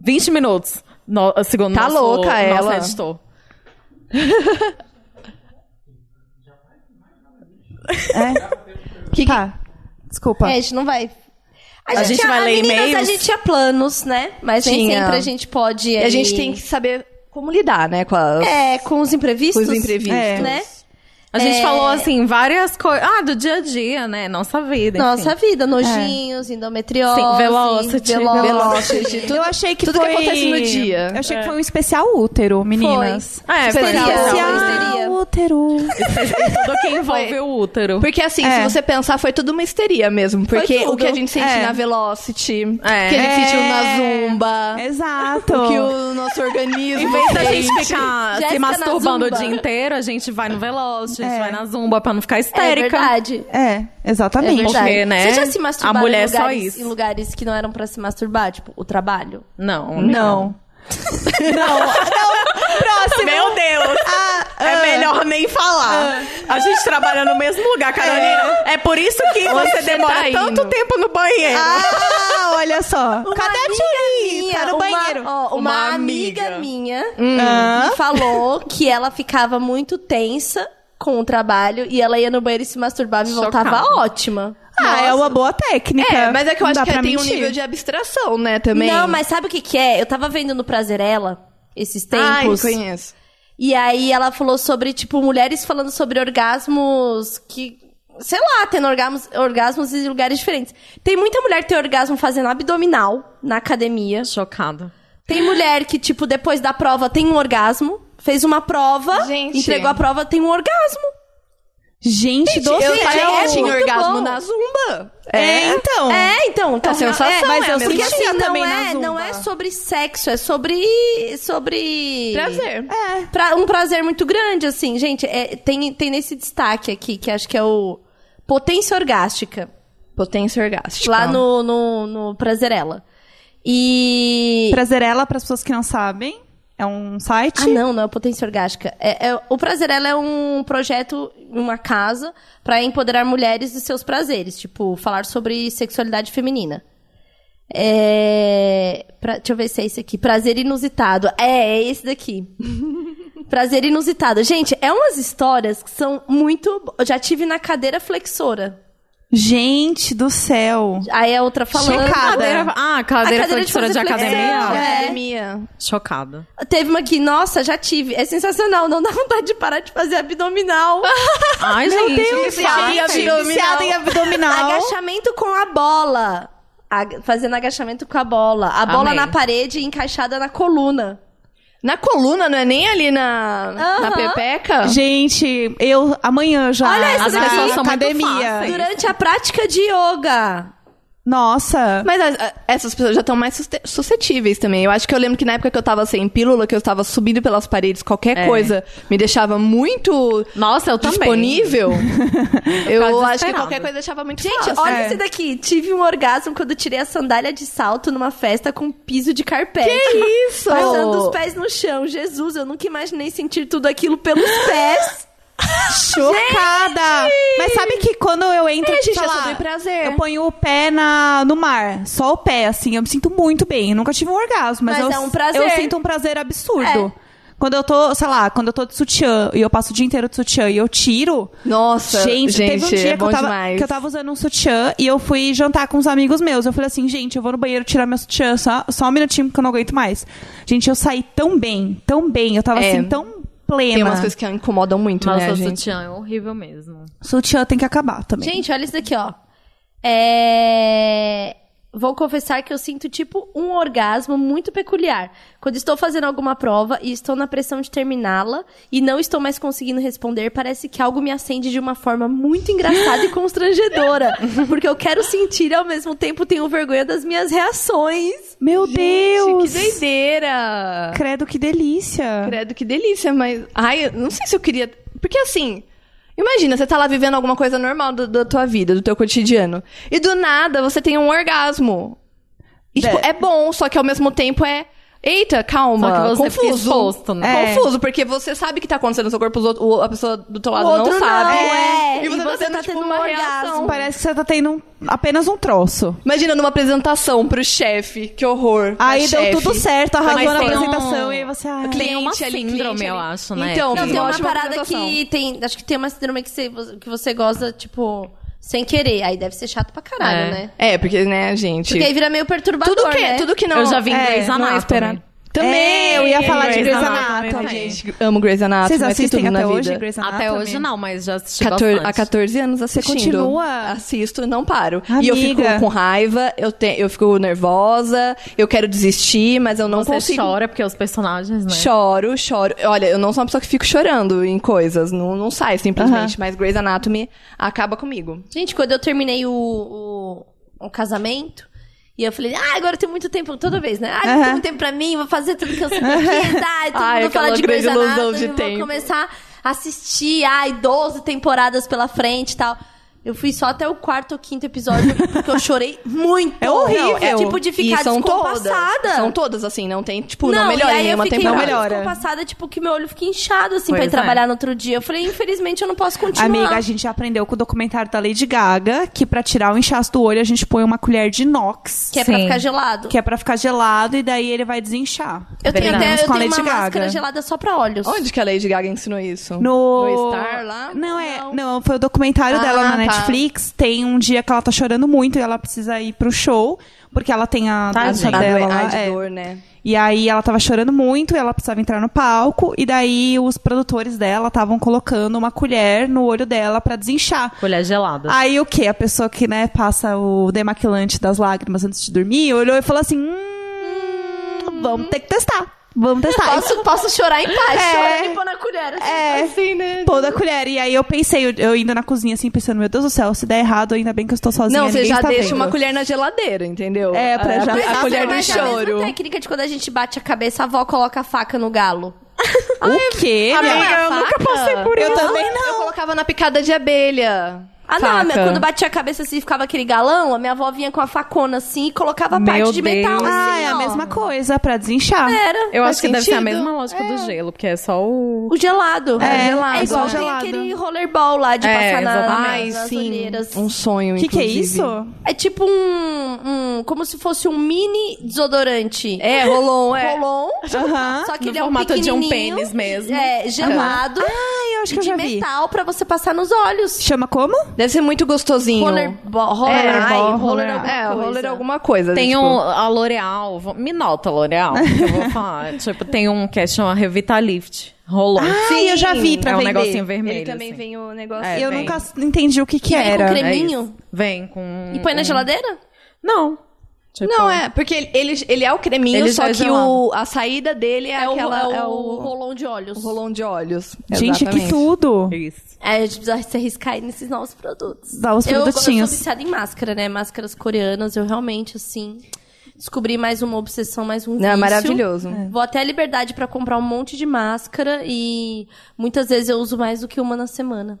D: 20 minutos, no, segundo
B: Tá
D: nosso,
B: louca
D: nosso
B: ela.
D: editor.
A: Que É? tá. Desculpa.
C: É, a gente não vai.
D: A gente vai
C: a
D: ler
C: meninas,
D: e-mails?
C: A gente tinha planos, né? Mas nem
B: Tinha.
C: sempre a gente pode.
B: E a gente tem que saber como lidar, né, com, a-
C: É, com os
B: com
C: imprevistos.
B: os imprevistos.
A: É.
C: Né?
D: A gente
C: É.
D: falou, assim, várias coisas. Ah, do dia a dia, né? Nossa vida. enfim.
C: Nossa vida, nojinhos, endometriose.
D: Sim, velocity,
C: É. Velocity. tudo.
A: Eu achei que
B: tudo que
A: foi...
B: acontece no dia. É.
A: Eu achei que foi um especial útero, meninas.
D: É,
C: Histeria.
D: foi-
A: Especial
C: Histeria.
A: útero.
D: tudo que envolve o útero.
B: Porque assim,
A: É.
B: se você pensar, foi tudo uma histeria mesmo. Porque o
A: tudo.
B: que a gente sente
A: É.
B: na Velocity,
D: É.
B: o que a gente
A: É.
B: sentiu na Zumba,
C: É.
A: Exato.
B: o que o nosso organismo
D: Em vez da
B: sente.
D: gente ficar
C: Jéssica
D: Ah, se
C: na
D: masturbando o
C: Zumba.
D: dia inteiro, a gente vai no Velocity, a gente
A: É.
D: vai na Zumba pra não ficar
C: É
D: histérica.
C: verdade.
A: É,
C: É
A: exatamente.
C: verdade.
D: Porque, né,
C: Você já se masturbou
D: a mulher é
C: em,
D: só
C: lugares,
D: isso.
C: em lugares que não eram pra se masturbar? Tipo, o trabalho?
D: Não.
A: Não. não. Não. Próximo.
D: Meu Deus!
A: Ah,
D: É
A: ah.
D: melhor nem falar. A gente trabalha no mesmo lugar, Carolina. É, por isso que você demora
B: tá indo?
D: tanto tempo no banheiro.
A: Ah, olha só. Cadê a Tchuli?
C: Minha,
A: Tá no
C: uma-
A: banheiro.
C: ó, uma,
D: Uma
C: amiga,
D: amiga.
C: minha
B: Hum.
A: Ah.
C: me falou que ela ficava muito tensa com o trabalho e ela ia no banheiro e se masturbava e
D: Chocada.
C: voltava ótima.
A: Ah, é uma boa técnica.
B: É, mas é que eu
A: Não
B: acho
A: dá
B: que
A: pra
B: tem um
A: mentir.
B: nível de abstração, né, também.
C: Não, mas sabe o que que é? Eu tava vendo no Prazerela esses
B: Ai,
C: tempos.
B: conheço.
C: e aí ela falou sobre, tipo, mulheres falando sobre orgasmos que... Sei lá, tendo orgasmos, orgasmos em lugares diferentes. Tem muita mulher que tem orgasmo fazendo abdominal na academia.
D: Ah, Chocada.
C: Tem mulher que, tipo, depois da prova tem um orgasmo. Fez uma prova,
B: Gente.
C: entregou a prova, tem um orgasmo.
A: Gente, do
B: Eu
A: céu.
B: falei,
C: é
B: eu tinha
C: muito
B: orgasmo
C: bom.
B: na Zumba.
A: É, então.
C: É, então. então
B: A sensação
C: é,
A: mas
B: é a
A: eu
B: mesma
C: porque
A: senti
C: assim, não,
A: também na
C: é,
A: Zumba.
C: não é sobre sexo, é sobre. sobre.
B: Prazer.
A: É.
C: Pra- um prazer muito grande, assim, gente. é, tem, tem nesse destaque aqui, que acho que é o potência orgástica.
B: Potência orgástica.
C: Lá no, no, no Prazerela. E.
A: Prazerela, para as pessoas que não sabem, é um site.
C: Ah, não, não é potência orgástica. É, é- o Prazerela é um projeto, uma casa, pra empoderar mulheres de seus prazeres. Tipo, falar sobre sexualidade feminina. É... pra- deixa eu ver se é esse aqui. Prazer inusitado. É, é esse daqui. Prazer inusitado. Gente, é umas histórias que são muito... bo- Eu já tive na cadeira flexora.
A: Gente do céu.
C: Aí a outra falando...
A: Checada.
D: Cadeira, ah, cadeira,
C: A cadeira de
D: professora de,
C: fazer flexão.
D: academia.
C: É.
B: Academia.
D: Chocada.
C: Teve uma aqui, nossa, já tive. É sensacional, não dá vontade de parar de fazer abdominal.
D: Ai, gente,
A: Deus,
D: que chato.
B: em abdominal.
A: um Viciada em abdominal.
C: Agachamento com a bola. Aga- fazendo agachamento com a bola. A bola
D: Amei.
C: na parede e encaixada na coluna.
B: Na coluna, não é nem ali na, na
C: Aham.
B: pepeca?
A: Gente, eu amanhã já.
C: Olha essa
A: as
C: daqui.
A: pessoas são
D: Muito
A: academia.
D: fáceis. É isso.
C: Durante a prática de yoga.
A: Nossa.
B: Mas a- a- essas pessoas já estão mais suste- suscetíveis também. Eu acho que eu lembro que na época que eu tava sem pílula, que eu estava subindo pelas paredes, qualquer
D: É.
B: coisa me deixava muito
D: Nossa, eu também.
B: disponível. eu acho que
D: desesperada.
B: qualquer coisa deixava muito
C: Gente,
B: fácil.
C: olha
A: É.
C: esse daqui. Tive um orgasmo quando tirei a sandália de salto numa festa com piso de carpete. Que
B: isso!
C: Passando os pés no chão. Jesus, eu nunca imaginei sentir tudo aquilo pelos pés.
A: Chocada! Mas sabe que quando eu entro,
B: gente,
A: tipo,
B: é
A: sei lá,
B: sobre prazer.
A: eu ponho o pé na, no mar. Só o pé, assim. Eu me sinto muito bem. Eu nunca tive um orgasmo, mas,
C: Mas
A: eu,
C: é um prazer.
A: eu sinto um prazer absurdo.
C: É.
A: Quando eu tô, sei lá, quando eu tô de sutiã e eu passo o dia inteiro de sutiã e eu tiro.
B: Nossa,
A: gente,
B: gente,
A: teve um dia
B: é
A: que,
B: bom
A: eu tava,
B: demais.
A: que eu tava usando um sutiã e eu fui jantar com uns amigos meus. Eu falei assim, gente, eu vou no banheiro tirar meu sutiã só, só um minutinho, porque eu não aguento mais. Gente, eu saí tão bem, tão bem. Eu tava
B: É.
A: assim, tão plena.
B: Tem umas coisas que incomodam muito,
D: Nossa,
B: né,
D: o
B: gente?
D: sutiã é horrível mesmo.
A: Sutiã tem que acabar também.
C: Gente, olha isso daqui, ó. É... Vou confessar que eu sinto, tipo, um orgasmo muito peculiar. Quando estou fazendo alguma prova e estou na pressão de terminá-la e não estou mais conseguindo responder, parece que algo me acende de uma forma muito engraçada e constrangedora. Porque eu quero sentir e ao mesmo tempo tenho vergonha das minhas reações.
A: Meu
B: Gente,
A: Deus!
B: que doideira!
A: Credo, que delícia!
B: Credo, que delícia, mas. Ai, eu não sei se eu queria. Porque assim. Imagina, você tá lá vivendo alguma coisa normal do- da tua vida, do teu cotidiano. E do nada você tem um orgasmo. E, tipo, é bom, só que ao mesmo tempo é. Eita, calma.
D: Só que você fica
B: confuso.
D: exposto, né?
A: É.
B: Confuso, porque você sabe o que tá acontecendo no seu corpo, os outros- o- a pessoa do teu lado
E: outro
B: não sabe.
E: não, é.
B: E você,
E: E
B: tá
E: você
B: tendo,
E: tá
B: tipo,
E: tendo
B: uma
E: um
B: reação.
E: orgasmo.
A: Parece que você tá tendo um- apenas um troço.
B: Imagina numa apresentação pro chefe, que horror. pra
A: Aí deu
B: Tá, chefe.
A: tudo certo, arrasou
D: Mas
A: na
D: tem um-
A: apresentação e aí você... "Ah, ai,
D: Tem uma síndrome,
B: cliente
D: eu acho, né?
B: Então,
D: Não,
B: fiz
C: tem uma
B: ótima
C: parada
B: apresentação.
C: que tem. Acho que tem uma síndrome que você, que você goza, tipo, sem querer. Aí deve ser chato pra caralho,
D: É.
C: né?
B: É, porque, né, gente...
C: Porque aí vira meio perturbador.
B: tudo que,
C: né?
B: tudo que não...
D: Eu já vi em
A: É,
D: Grey's
A: não é
D: Anatomy.
B: esperado. Também!
A: É, eu ia falar de
B: Grey's
A: Grey's
B: Anatomy,
A: Anatomy.
B: né, gente, amo Grey's Anatomy.
A: Vocês
B: acho que
A: assistem
B: tudo
A: até
B: na
A: hoje
B: vida.
A: Grey's Anatomy?
D: Até hoje não, mas já assisti
B: 14
D: bastante.
B: há 14 anos assistindo.
A: continua?
B: Assisto, não paro. E eu fico
A: Amiga.
B: com raiva, eu, te, eu fico nervosa, eu quero desistir, mas eu não
D: Você
B: consigo.
D: chora porque os personagens, né?
B: Choro, choro. Olha, eu não sou uma pessoa que fico chorando em coisas. Não, não sai simplesmente. Mas Grey's Anatomy acaba comigo.
C: Gente, quando eu terminei o, o, o casamento, e eu falei, ah, agora tem muito tempo, toda vez, né? Ah, tem muito tempo pra mim, vou fazer tudo que eu sempre quis, ai, tá? todo
B: Ai,
C: mundo fala
B: aquela
C: de
B: grande
C: Grey's
B: ilusão
C: Anatomy,
B: de
C: vou
B: tempo.
C: começar a assistir, ai, 12 temporadas pela frente e tal. Eu fui só até o quarto ou quinto episódio, porque eu chorei muito.
A: É horrível.
C: Não, é tipo de ficar
B: e são todas.
C: descompassada.
B: São todas, assim. Não tem, tipo, não,
C: Não,
B: melhora em
C: e aí eu
B: nenhuma
C: fiquei
B: temporada.
A: Não melhora.
C: passada, tipo, que meu olho fica inchado, assim, pra
D: Pois
C: ir
D: é.
C: trabalhar no outro dia. Eu falei, infelizmente, eu não posso continuar.
A: Amiga, a gente aprendeu com o documentário da Lady Gaga que pra tirar o inchaço do olho a gente põe uma colher de inox,
C: Que é pra
D: Sim.
C: ficar gelado.
A: que é pra ficar gelado e daí ele vai desinchar.
C: Eu tenho
D: Verdade.
C: até eu
A: Com a
C: tenho uma
A: Lady Gaga.
C: máscara gelada só pra olhos.
B: Onde que a Lady Gaga ensinou isso?
A: No...
B: No Star lá?
A: Não, é. Não, foi o documentário
B: Ah,
A: dela na Netflix.
B: tá.
A: Tem um dia que ela tá chorando muito e ela precisa ir pro show, porque ela tem a
D: Tadinha.
A: doença
D: A
A: dela.
B: Tá, Ai,
A: lá,
B: Ah, de
A: é.
B: dor, né?
A: E aí ela tava chorando muito e ela precisava entrar no palco. E daí os produtores dela estavam colocando uma colher no olho dela pra desinchar.
D: Colher gelada.
A: Aí o quê? A pessoa que, né, passa o demaquilante das lágrimas antes de dormir, olhou e falou assim: hum, vamos ter que testar. Vamos testar.
C: Posso, posso chorar em paz,
A: É.
C: chorando e pôr na colher. assim.
A: É, pô da colher. E aí eu pensei, eu, eu indo na cozinha assim, pensando, meu Deus do céu, se der errado, ainda bem que eu estou sozinha.
B: Não, você
A: ninguém
B: já
A: está
B: deixa
A: vendo.
B: uma colher na geladeira, entendeu?
A: É, pra
B: a,
A: já-
B: A,
A: Nossa,
B: colher do
C: mas é A
B: choro.
C: mesma técnica de quando a gente bate a cabeça, a avó coloca a faca no galo.
A: O quê?
B: Amiga,
A: minha?
B: eu nunca passei por
A: Eu também
B: não. Eu colocava na picada de abelha.
C: Ah,
B: Faca.
C: não, meu, quando batia a cabeça assim, ficava aquele galão, a minha avó vinha com a facona assim e colocava a
D: Meu
C: parte de metal
D: Deus.
C: assim,
A: Ah, é a
C: ó.
A: mesma coisa, pra desinchar.
B: É,
C: Era.
D: Eu
B: Faz
D: acho que deve ser a
B: sentido.
D: mesma lógica do gelo, porque é só o.
C: O gelado.
A: É,
C: É
A: só
C: igual
A: o
C: tem
A: gelado.
C: aquele rollerball lá de
D: É,
C: passar na, na, nas
D: exatamente.
C: olheiras.
B: Um sonho,
A: O que, que é
B: inclusive.
A: isso?
C: É tipo um, um- Como se fosse um mini desodorante.
B: É, rolou, é.
C: Rolon.
A: Aham.
C: Só que
D: No
C: ele é um
D: formato de um
C: pequenininho,
D: pênis mesmo.
C: É, gelado.
A: Ah, eu acho que eu
C: de
A: já vi.
C: metal pra você passar nos ololhos.
A: Chama como?
B: Deve ser muito gostosinho.
C: Rollerball.
B: É,
C: Roller,
B: ai,
A: rollerball,
B: roller,
A: roller-
B: é,
C: alguma
B: roller
C: coisa.
B: alguma coisa.
D: Tem
B: tipo-
D: um, a L'Oreal, vo- me nota L'Oreal, que eu vou falar. tipo, tem um que chama Revitalift, rolou.
A: Ah, Sim, eu já vi pra
D: É um
A: vender.
D: negocinho vermelho,
B: Ele também
D: assim.
B: vem o negócio.
D: É,
A: eu
D: vem.
A: nunca entendi o que que
C: vem com
A: era.
C: creme.
D: É isso.
C: Creminho?
D: Vem com...
C: E põe na geladeira?
D: Não. Tipo,
B: Não, é, porque ele, ele, ele é o creminho,
D: Ele
B: só
D: já é
B: que
D: gelado.
B: o, a saída dele é, aquela,
C: é o,
B: é o
C: rolão de olhos.
B: rolão de olhos.
A: Gente, que
B: Exatamente.
A: tudo.
D: Isso.
C: É, a gente precisa se arriscar aí nesses novos produtos.
A: Dá os
C: Eu, eu sou
A: produtinhos.
C: viciada em máscara, né? Máscaras coreanas. Eu realmente, assim, descobri mais uma obsessão, mais um vício.
B: Não, é maravilhoso.
C: Vou até a liberdade pra comprar um monte de máscara e muitas vezes eu uso mais do que uma na semana.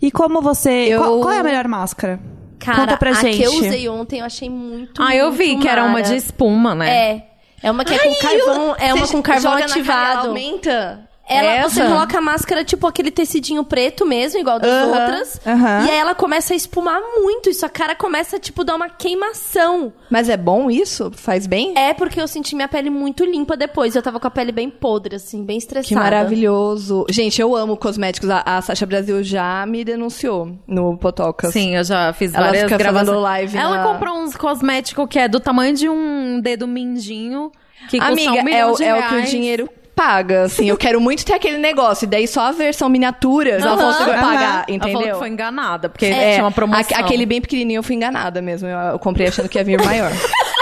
A: E como você...
B: Eu-
A: Qual, qual é a melhor máscara?
C: Cara,
A: Conta pra
C: a
A: gente.
C: que eu usei ontem eu achei muito.
D: Ah, eu
C: muito
D: vi que era uma
C: mara.
D: de espuma, né?
C: É. É uma que é com carvão, é uma
B: Você
C: com carvão
B: joga na cara, ela
C: ativado.
B: aumenta. É?
C: Ela,
B: Essa?
C: você coloca a máscara, tipo aquele tecidinho preto mesmo, igual das
E: Aham,
C: outras.
A: aham.
C: E aí ela começa a espumar muito. E sua cara começa, tipo, dar uma queimação.
B: Mas é bom isso? Faz bem?
C: É porque eu senti minha pele muito limpa depois. Eu tava com a pele bem podre, assim, bem estressada.
B: Que maravilhoso. Gente, eu amo cosméticos. A, a Sasha Brasil já me denunciou no Potocas.
D: Sim, eu já fiz
B: Ela
D: várias
B: fica
D: gravações.
B: fazendo live.
D: Ela
B: na-
D: comprou uns cosméticos que é do tamanho de um dedo mindinho. Que custa um
B: Amiga, é,
D: milhão
B: o-
D: de
B: é o
D: reais.
B: que o dinheiro paga, assim. Eu quero muito ter aquele negócio. E daí só a versão miniatura eu
C: Aham.
B: consigo pagar,
D: Ela falou que
B: entendeu?
D: foi enganada, porque
B: É,
D: tinha uma promoção.
B: aque- aquele bem pequenininho eu fui enganada mesmo. Eu, eu comprei achando que ia vir maior.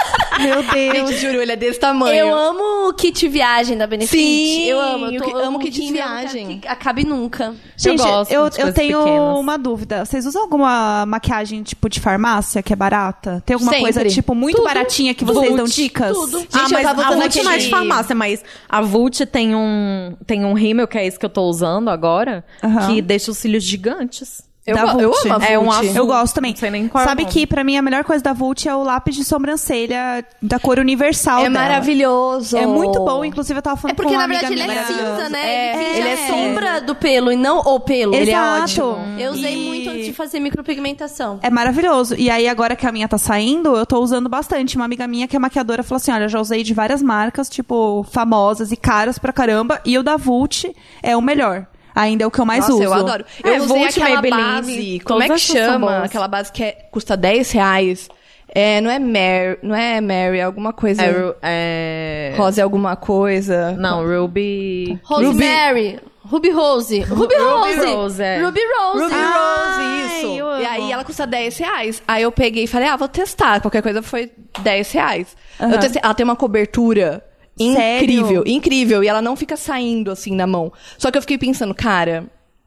A: Meu Deus.
B: Gente, juro, ele é desse tamanho.
C: Eu amo o kit viagem da Benefit.
B: Sim,
C: eu amo. Eu
B: eu
C: tô,
B: que- amo
C: o
B: kit viagem.
C: Que acabe nunca.
A: Gente,
D: Eu gosto
A: eu,
D: de
A: eu
D: coisas
A: tenho
D: pequenas.
A: uma dúvida. Vocês usam alguma maquiagem tipo de farmácia que é barata? Tem alguma
B: Sempre.
A: coisa tipo muito baratinha que vocês dão dicas?
C: tudo.
D: Ah,
B: Gente, eu
D: mas
B: tava
D: a
B: usando
D: Vult
B: aquele-
D: não é de farmácia, mas a Vult tem um, tem um rímel, que é esse que eu tô usando agora,
A: Aham.
D: que deixa os cílios gigantes.
B: Eu,
A: da
B: go- eu
A: Vult.
B: amo a
D: É um
B: Vult.
D: azul.
A: Eu gosto também.
D: Não sei nem qual é o
A: Sabe
D: nome.
A: que pra mim a melhor coisa da Vult é o lápis de sobrancelha da cor universal
B: É
A: dela.
B: maravilhoso.
A: É muito bom, inclusive eu tava falando
C: É porque,
A: com uma
C: na verdade, ele
A: amiga
C: é
A: minha.
C: cinza, né?
B: É,
C: ele, finge
B: ele
C: a
B: é cinza.
C: sombra do pelo e não o pelo.
A: Exato.
C: Ele é
A: Hum.
C: Eu usei
A: E-
C: muito antes de fazer micropigmentação.
A: É maravilhoso. E aí, agora que a minha tá saindo, eu tô usando bastante. Uma amiga minha que é maquiadora falou assim: olha, eu já usei de várias marcas, tipo, famosas e caras pra caramba, e o da Vult é o melhor. Ainda é o que eu mais
B: Nossa,
A: uso.
B: eu adoro. Eu
D: É,
B: usei
D: Vult,
B: aquela
D: Maybelline,
B: base,
D: todas
B: como é que
D: essas são
B: chama?
D: boas.
B: Aquela base que é- custa 10 reais. É, não é Mary, não é Mary, é alguma coisa.
D: É, Ru- é...
B: Rosa é alguma coisa.
D: Não, Ruby...
C: Rosemary. Ruby Rose. Ruby Rose.
D: Rose, é.
C: Ruby Rose.
B: Ruby
C: Ah,
B: Rose, isso.
A: eu amo.
B: E aí ela custa 10 reais. Aí eu peguei e falei, ah, vou testar. Qualquer coisa foi 10 reais. Eu testei- ela tem uma cobertura
A: Sério?
B: incrível, incrível. E ela não fica saindo assim na mão. Só que eu fiquei pensando, cara,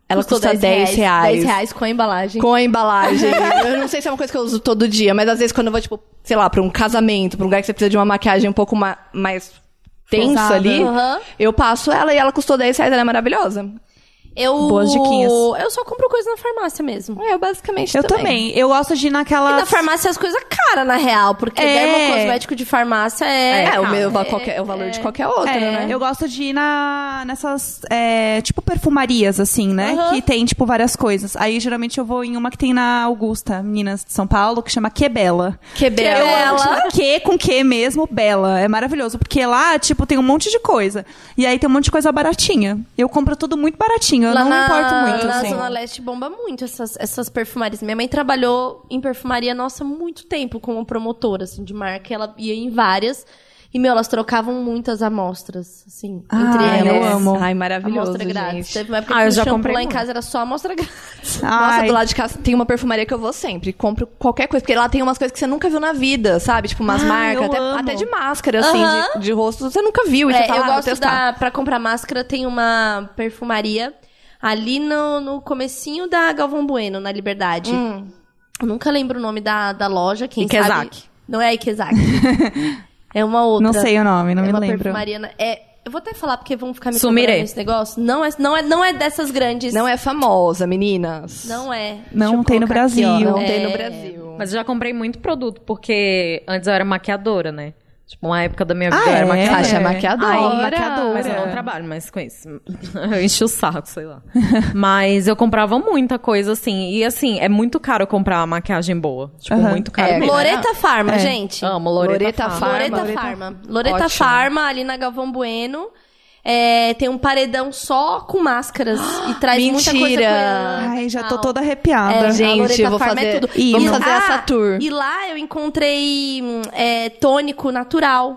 B: ela
C: Custou
B: custa 10 reais.
C: 10 reais com a embalagem.
B: Com a embalagem. eu não sei se é uma coisa que eu uso todo dia, mas às vezes quando eu vou, tipo, sei lá, pra um casamento, pra um lugar que você precisa de uma maquiagem um pouco ma- mais tensa
A: Ousada.
B: ali,
C: Aham.
B: eu passo ela e ela custou 10 reais, ela é maravilhosa.
C: Eu...
A: Boas diquinhas.
C: Eu só compro coisa na farmácia mesmo.
B: É, eu basicamente
A: Eu
B: também.
A: também. Eu gosto de ir
C: E
A: naquela.
C: na farmácia as coisas caras, na real. Porque
A: É.
C: dermocosmético de farmácia é...
B: É, o, meu,
C: É,
B: qualquer, é o valor de qualquer outro,
A: É,
B: né?
A: eu gosto de ir na, nessas, é, tipo, perfumarias, assim, né?
C: Aham.
A: Que tem, tipo, várias coisas. Aí, geralmente, eu vou em uma que tem na Augusta, Minas de São Paulo, que chama Quebela.
B: Que bela.
C: Eu
A: Eu
C: amo.
A: acho que Que com que mesmo, Bela. É maravilhoso. Porque lá, tipo, tem um monte de coisa. E aí tem um monte de coisa baratinha. Eu compro tudo muito baratinho. Eu não
C: Lá
A: me
C: na-
A: importo muito,
C: Na
A: assim.
C: Zona Leste bomba muito essas, essas perfumarias. Minha mãe trabalhou em perfumaria, nossa, muito tempo como promotora, assim, de marca. Ela ia em várias. E, meu, elas trocavam muitas amostras, assim,
A: Ah,
C: entre
A: eu
C: elas.
A: amo.
B: Ai, maravilhoso,
C: Amostra grátis.
B: gente.
C: Teve uma época
D: Ah,
C: que
D: eu
C: o
D: já
C: shampoo
D: comprei
C: lá em
D: muito.
C: casa era só amostra grátis.
B: Nossa,
A: Ai,
B: do lado de casa tem uma perfumaria que eu vou sempre. Compro qualquer coisa, porque lá tem umas coisas que você nunca viu na vida, sabe? Tipo, umas
A: Ah,
B: marcas,
A: eu
B: até,
A: amo.
B: até de máscara, assim,
C: Aham.
B: de, de rosto, você nunca viu. E
C: É,
B: você
A: tá
B: fala,
C: eu
B: "Ah, vou
C: gosto
B: testar."
C: da. Pra comprar máscara, tem uma perfumaria ali no, no comecinho da Galvão Bueno, na Liberdade.
A: Hum.
C: Eu nunca lembro o nome da, da loja, quem
D: Ikezaki.
C: sabe. Não é Ikezaki. é uma outra.
A: Não sei o nome, não
C: é
A: me
C: uma
A: lembro.
C: perfumaria. na- É, eu vou até falar porque vão ficar me
D: Sumire.
C: cobrando esse negócio. Não é, não é, não é dessas grandes.
B: Não é famosa, meninas.
C: Não é.
A: Não
C: Deixa eu
A: tem no
C: colocar aqui, ó.
A: Brasil.
B: Não tem no
C: É.
B: Brasil.
D: Mas eu já comprei muito produto, porque antes eu era maquiadora, né? Tipo, uma época da minha vida
A: Ah,
D: eu era
A: é?
D: maquiadora.
B: Sasha é maquiadora.
D: Ai, maquiadora. Mas eu não trabalho mais com isso. Eu enchi o saco, sei lá. Mas eu comprava muita coisa, assim. E, assim, é muito caro comprar uma maquiagem boa. Tipo,
A: Aham.
D: muito caro
B: É,
D: mesmo.
C: Loreta Farma, gente.
D: Amo Loreta,
B: Loreta
D: Farm.
B: Farma.
C: Loreta
B: Loreta-
C: Farma. Loreta
B: Ótimo.
C: Farma, ali na Galvão Bueno. É, tem um paredão só com máscaras e traz muita coisa
B: Mentira!
C: coreana e
A: Ai, já tô
C: tal.
A: toda arrepiada.
C: É,
B: gente,
C: a Loreta
B: vou
C: Farm
B: fazer-
C: É tudo.
B: E
C: E
B: vamos
C: lá-
B: fazer essa tour.
C: E lá eu encontrei hum, é, tônico natural.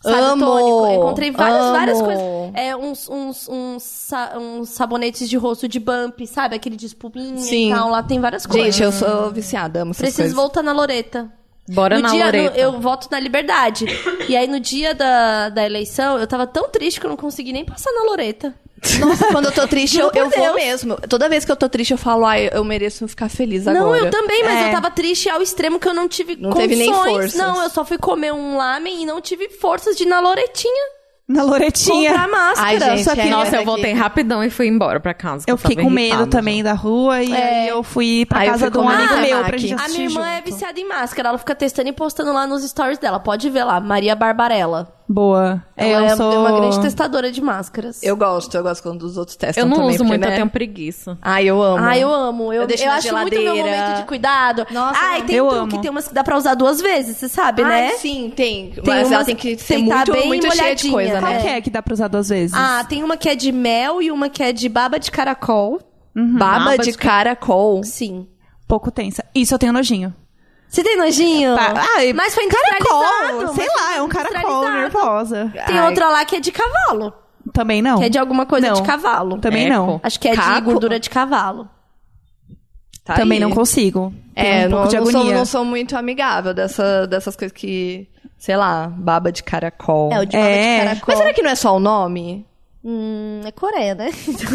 C: Sabe,
B: Amo!
C: tônico. Eu encontrei várias,
B: Amo!
C: várias coisas. É, uns, uns, uns, sa- uns sabonetes de rosto de bump, sabe? Aquele de espumrinha
B: Sim.
C: e tal. Lá tem várias coisas.
B: Gente, eu sou viciada, amo essas
C: Preciso
B: coisas.
C: voltar na Loreta.
D: Bora
C: No
D: na
C: dia- no-
D: Loreta.
C: eu voto na liberdade. E aí, no dia da, da eleição, eu tava tão triste que eu não consegui nem passar na Loreta.
B: Nossa, quando eu tô triste, eu,
C: Juro por
B: eu vou
C: Deus.
B: mesmo. Toda vez que eu tô triste, eu falo, ai, eu mereço ficar feliz agora.
C: Não, eu também, mas
A: É.
C: eu tava triste ao extremo que eu não tive
B: Não
C: condições.
B: teve nem forças.
C: Não, eu só fui comer um lamen e não tive forças de ir na Loretinha
A: Na Loretinha.
C: comprar
B: Ai,
C: máscara.
B: gente,
C: Só que-
B: é.
D: Nossa, eu
B: Aqui.
D: voltei rapidão e fui embora pra casa. que
A: Eu fiquei
D: tava
A: com medo
D: irritada
A: também
D: já.
A: da rua
C: É.
A: e aí eu fui pra
B: Aí eu
A: casa
B: fui
A: de um
B: comer
A: amigo
B: na
A: meu
B: Mac.
A: pra gente
B: A
C: A
A: assistir
C: minha irmã é
A: junto.
C: viciada em máscara. Ela fica testando e postando lá nos stories dela. Pode ver lá, Maria Barbarella.
A: boa. É,
C: Ela
A: eu
C: é
A: sou.
C: uma grande testadora de máscaras.
B: Eu gosto, eu gosto quando os outros testam
D: Eu não
B: também,
D: uso
B: porque,
D: muito,
B: né?
D: eu tenho preguiça.
B: Ah, eu amo.
C: Ah, eu amo. Eu,
B: Eu deixo
C: eu
B: na
C: acho muito meu
B: geladeira.
C: momento de cuidado.
B: Nossa,
E: Ah, e tem
A: eu
E: um
A: amo.
E: que tem umas que dá pra usar duas vezes, você sabe,
B: Ah,
E: né?
B: sim, tem.
E: Tem
B: Mas ela
E: umas-
B: tem que ser
E: tem que tá
B: muito,
E: bem
B: muito cheia de
E: molhadinha.
B: coisa,
A: Qual
B: né?
A: que é que dá pra usar duas vezes?
E: Ah, tem uma que é de mel e uma que é de baba de caracol.
B: Baba,
D: Baba
B: de
D: de
B: caracol.
E: Sim.
A: Pouco tensa. Isso eu tenho nojinho.
E: Você tem nojinho?
A: Tá. Ah, e-
E: Mas foi
A: Caracol!
E: industrializado.
A: Sei
E: mas
A: lá, é um caracol
E: industrializado.
A: nervosa.
E: Tem
B: Ai.
E: outra lá que é de cavalo.
A: Também não.
E: Que é de alguma coisa
A: Não.
E: de cavalo.
A: Também
D: Eco.
A: não.
E: Acho que é de
B: Caco?
E: gordura de cavalo.
B: Tá
A: Também
B: aí.
A: não consigo. Tenho
B: É,
A: um
B: não,
A: pouco de
B: não
A: agonia.
B: sou, não sou muito amigável dessa, dessas coisas que, sei lá, baba de caracol.
E: É, o de baba
A: É.
E: de caracol.
B: Mas será que não é só o nome?
E: Hum, é Coreia, né?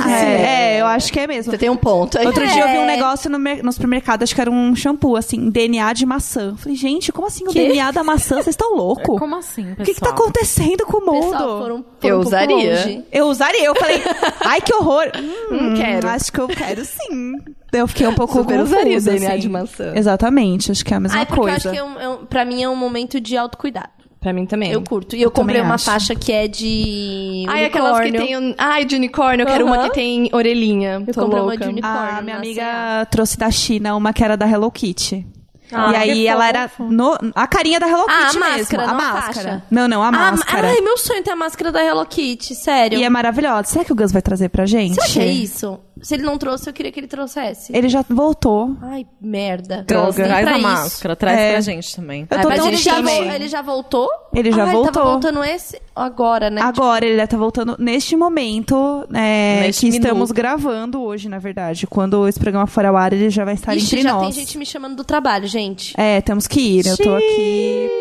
A: É, é, eu acho que é mesmo.
B: Você tem um ponto aí.
A: Outro dia eu vi
C: É.
A: um negócio no, mer- no supermercado, acho que era um shampoo, assim, DNA de maçã. Eu falei, gente, como assim o DNA da maçã? Vocês estão loucos?
D: Como assim, pessoal?
A: O que, que tá acontecendo com o mundo?
C: Pessoal, foram, foram
B: Eu
C: um pouco
B: usaria.
C: longe.
A: Eu usaria, eu falei, ai que horror. Hum,
B: Não quero.
A: Acho que eu quero sim. Eu fiquei um pouco
B: Super
A: confusa,
B: usaria o DNA
A: assim.
B: de maçã.
A: Exatamente, acho que é a mesma
C: Ai, porque eu
A: coisa.
C: acho que é um, é um- pra mim é um momento de autocuidado.
B: Pra mim também.
C: Eu curto. E eu,
A: também
C: comprei uma
A: acho.
C: faixa que é de.
B: Ai, aquelas que
C: unicórnio.
B: tem... um- Ai, de unicórnio. Eu quero uma
C: Aham.
B: que tem orelhinha.
C: Eu
B: Tô
C: comprei uma
B: louca.
C: de
A: A
C: unicórnio. unicórnio
A: minha
C: na
A: amiga
C: C&A.
A: trouxe da China uma que era da Hello Kitty.
D: Ah,
A: e aí
D: que
A: ela era no- a carinha da Hello
C: Ah, a
A: Kitty mesmo.
C: máscara,
A: a
C: não a
A: máscara.
C: faixa.
A: Não, não, a
C: Ah,
A: máscara.
C: Ai, meu sonho é ter a máscara da Hello Kitty, sério.
A: E é maravilhosa. Será que o Gus vai trazer pra gente?
C: Será que é isso? Se ele não trouxe, eu queria que ele trouxesse.
A: Ele já voltou.
C: Ai, merda.
D: Droga,
C: Nem
D: traz
C: pra
D: a
C: isso.
D: máscara, traz
A: É.
D: pra gente também.
A: Eu
C: Ai,
A: tô
C: mas
A: tão
C: ele já,
A: triste.
C: vol- ele já voltou?
A: Ele já
C: ah, Ele
A: voltou.
C: tava voltando esse agora, né?
A: Agora, ele tá voltando neste momento é,
D: Neste
A: que estamos
D: minuto.
A: gravando hoje, na verdade. Quando esse programa for ao ar, ele já vai estar
C: Ixi,
A: entre
C: já tem
A: nós.
C: gente me chamando do trabalho, gente.
A: É, temos que ir. Eu tô aqui.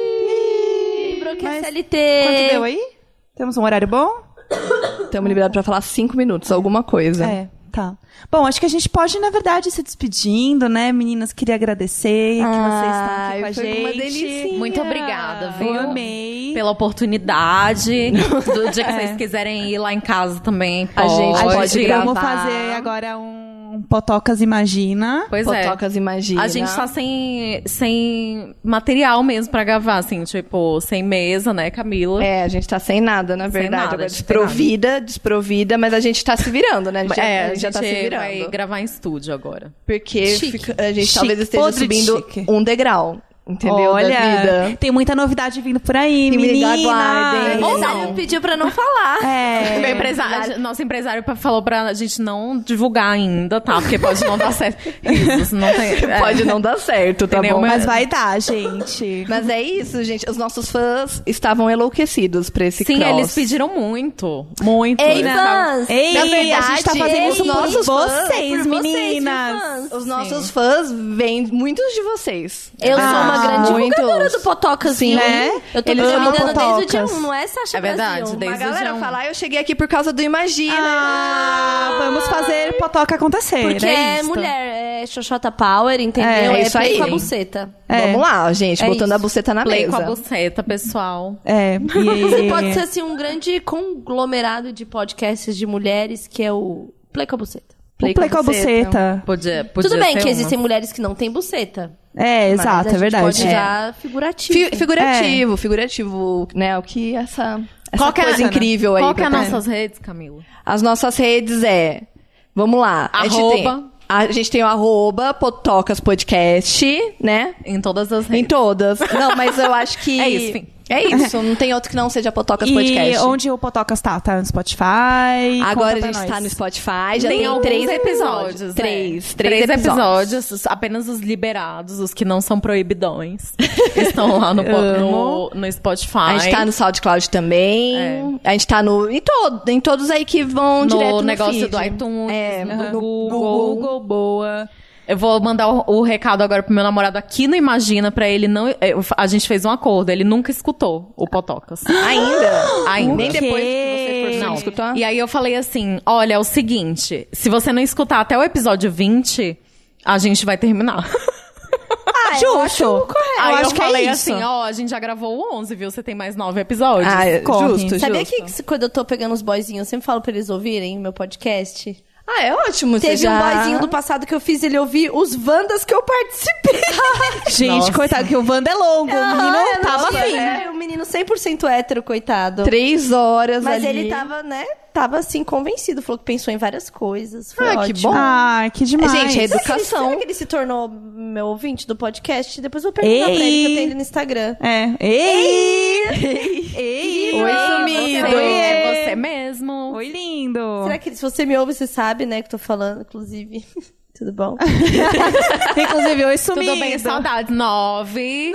C: Lembrou que é
A: Mas-
C: CLT.
A: Quanto deu aí? Temos um horário bom?
B: Estamos liberados pra falar cinco minutos, alguma coisa.
A: É, tá. Bom, acho que a gente pode, na verdade, ir se despedindo, né, meninas? Queria agradecer que vocês estão aqui
B: Ai,
A: com a
B: foi
A: gente.
B: uma delicinha.
D: Muito obrigada, viu?
A: Eu amei.
D: Pela oportunidade. Do dia que vocês quiserem ir lá em casa também,
B: É. A
D: pode. é.
B: gente
A: a
B: pode
A: gente
B: gravar.
A: vamos fazer agora um Potocas Imagina.
D: Pois é.
B: Potocas imagina.
D: A gente tá sem, sem material mesmo pra gravar, assim, tipo, sem mesa, né, Camila?
B: É, a gente tá sem nada, na
D: Sem
B: verdade.
D: nada,
B: Agora,
D: a gente tem nada.
B: desprovida, desprovida, mas a gente tá se virando, né? A gente, já-
D: É,
B: a gente já tá se virando.
D: vai gravar em estúdio agora.
B: Porque
C: Chique.
B: fica- a gente
A: Chique.
B: talvez esteja
A: Podre de
B: subindo
A: chique.
B: um degrau, entendeu?
A: Olha,
B: Da vida.
A: tem muita novidade vindo por aí,
B: Que me
A: meninas.
B: aguardem.
C: Ou
B: Ou
C: não.
B: não.
C: pediu pra não falar.
A: É.
D: Meu empresário, nosso empresário pa- falou pra gente não divulgar ainda, tá? Porque pode não dar certo. Isso, não tem. é.
B: Pode não dar certo, tá
D: Entendeu?
B: bom?
A: Mas vai dar, gente.
B: Mas é isso, gente. Os nossos fãs estavam enlouquecidos pra esse
D: Sim,
B: cross.
D: eles pediram muito. Muito.
C: Ei,
D: né?
C: fãs!
A: Ei,
B: Na verdade,
A: a gente tá fazendo
B: ei,
A: isso por vocês,
B: nossos fãs, por
C: vocês, viu,
A: meninas.
C: fãs?
B: Os nossos fãs vêm, muitos de vocês.
C: Eu sou uma
A: Ah,
C: grande divulgadora
B: muitos.
C: do Potocas,
B: Sim,
C: viu?
A: né?
C: Eu tô me
A: Eles amam
C: convidando desde o dia
A: Potocas.
C: 1, não é, Sasha
D: É verdade,
C: Brasil?
D: desde
B: A
D: Mas já é
B: galera
D: um-
B: fala, "Ah, eu cheguei aqui por causa do Imagina.
A: Ah, vamos fazer Potoca acontecer.
C: Porque
A: é
C: é
A: isto.
C: mulher, é xoxota power, entendeu?
A: É,
C: É,
B: isso
C: play
B: aí.
C: com a buceta.
A: É.
B: Vamos lá, gente,
C: É
B: botando
C: isso.
B: a buceta na
D: Play
B: mesa.
D: com a buceta, pessoal.
A: É. e-
C: Você pode ser, assim, um grande conglomerado de podcasts de mulheres, que é o Play com a buceta.
A: O Play com a buceta.
D: Podia, podia
C: Tudo bem
D: ser
C: que
D: uma.
C: existem mulheres que não têm buceta.
A: É,
C: mas
A: exato,
C: a
A: é
C: gente
A: verdade.
C: pode
A: É.
C: usar figurativo.
B: Fi- figurativo, figurativo, né? O que essa, essa
D: Qual que é-
B: coisa né? incrível aí.
D: Qual que é
B: pra
D: as
B: tá-
D: nossas redes, Camila?
B: As nossas redes é. Vamos lá. A gente tem,
D: Arroba.
B: a gente tem o arroba Potocas Podcast, né?
D: Em todas as
B: Em
D: redes.
B: todas. Não, mas eu acho que.
D: É isso, fim.
B: É isso. Não tem outro que não seja Potocas
A: E
B: Podcast.
A: onde o Potocas tá? Tá no Spotify?
B: Agora a
A: Conta pra
B: gente
A: nós.
B: tá no Spotify, já
D: tem,
B: tem,
D: alguns
B: três
D: episódios. né?
B: Três, três, episódios.
D: episódios. Apenas os liberados, os que não são proibidões. estão lá no, po- no, no Spotify.
B: A gente tá no SoundCloud também.
D: É.
B: A gente tá no. Em, todo, em todos aí que vão direto
D: no
B: no
D: negócio
B: feed.
D: do iTunes,
B: É,
D: no,
B: no
D: Google.
A: Google, Google, boa.
D: Eu vou mandar o, o recado agora pro meu namorado aqui no Imagina pra ele não. eu- a gente fez um acordo, ele nunca escutou o Potocas.
B: Ainda?
D: Ainda.
B: Nem depois que
A: quê?
B: você for
D: Não.
B: não. escutar?
D: E aí eu falei assim: olha, é o seguinte, se você não escutar até o episódio 20, a gente vai terminar.
A: Ah, Justo. Eu acho,
D: aí eu,
A: que
D: falei
A: é isso.
D: assim: ó, a gente já gravou o 11, viu? Você tem mais nove episódios.
B: Ah, é,
A: Corre.
B: justo,
C: Sabia
B: justo.
C: que se- quando eu tô pegando os boyzinhos, eu sempre falo pra eles ouvirem meu podcast?
B: Ah, é ótimo. você
C: Teve
B: já...
C: um boyzinho do passado que eu fiz ele ouvir os Wandas que eu participei.
A: Gente,
D: Nossa.
A: coitado, que o Wanda é longo. o menino
C: Ah, é,
A: tava
C: não,
A: afim.
C: é, O menino 100% hétero, coitado.
B: Três horas
C: Mas
B: ali.
C: ele tava, né? Tava assim, convencido. Falou que pensou em várias coisas. Foi
B: Ah, que
C: ótimo.
B: bom.
A: Ai, que demais.
B: Gente, é
C: Será que ele-
B: educação.
C: Será que ele se tornou meu ouvinte do podcast? Depois eu vou perguntar pra
A: Ei.
C: ele, que eu tenho ele no Instagram.
A: É. Ei! Ei!
B: Oi,
D: Você,
B: sumido.
D: é você mesmo.
A: Oi, lindo!
C: Será que se você me ouve, você sabe, né? Que eu tô falando, inclusive. Tudo bom?
A: Inclusive, oi, sumido.
D: Tudo bem, saudades. Nove.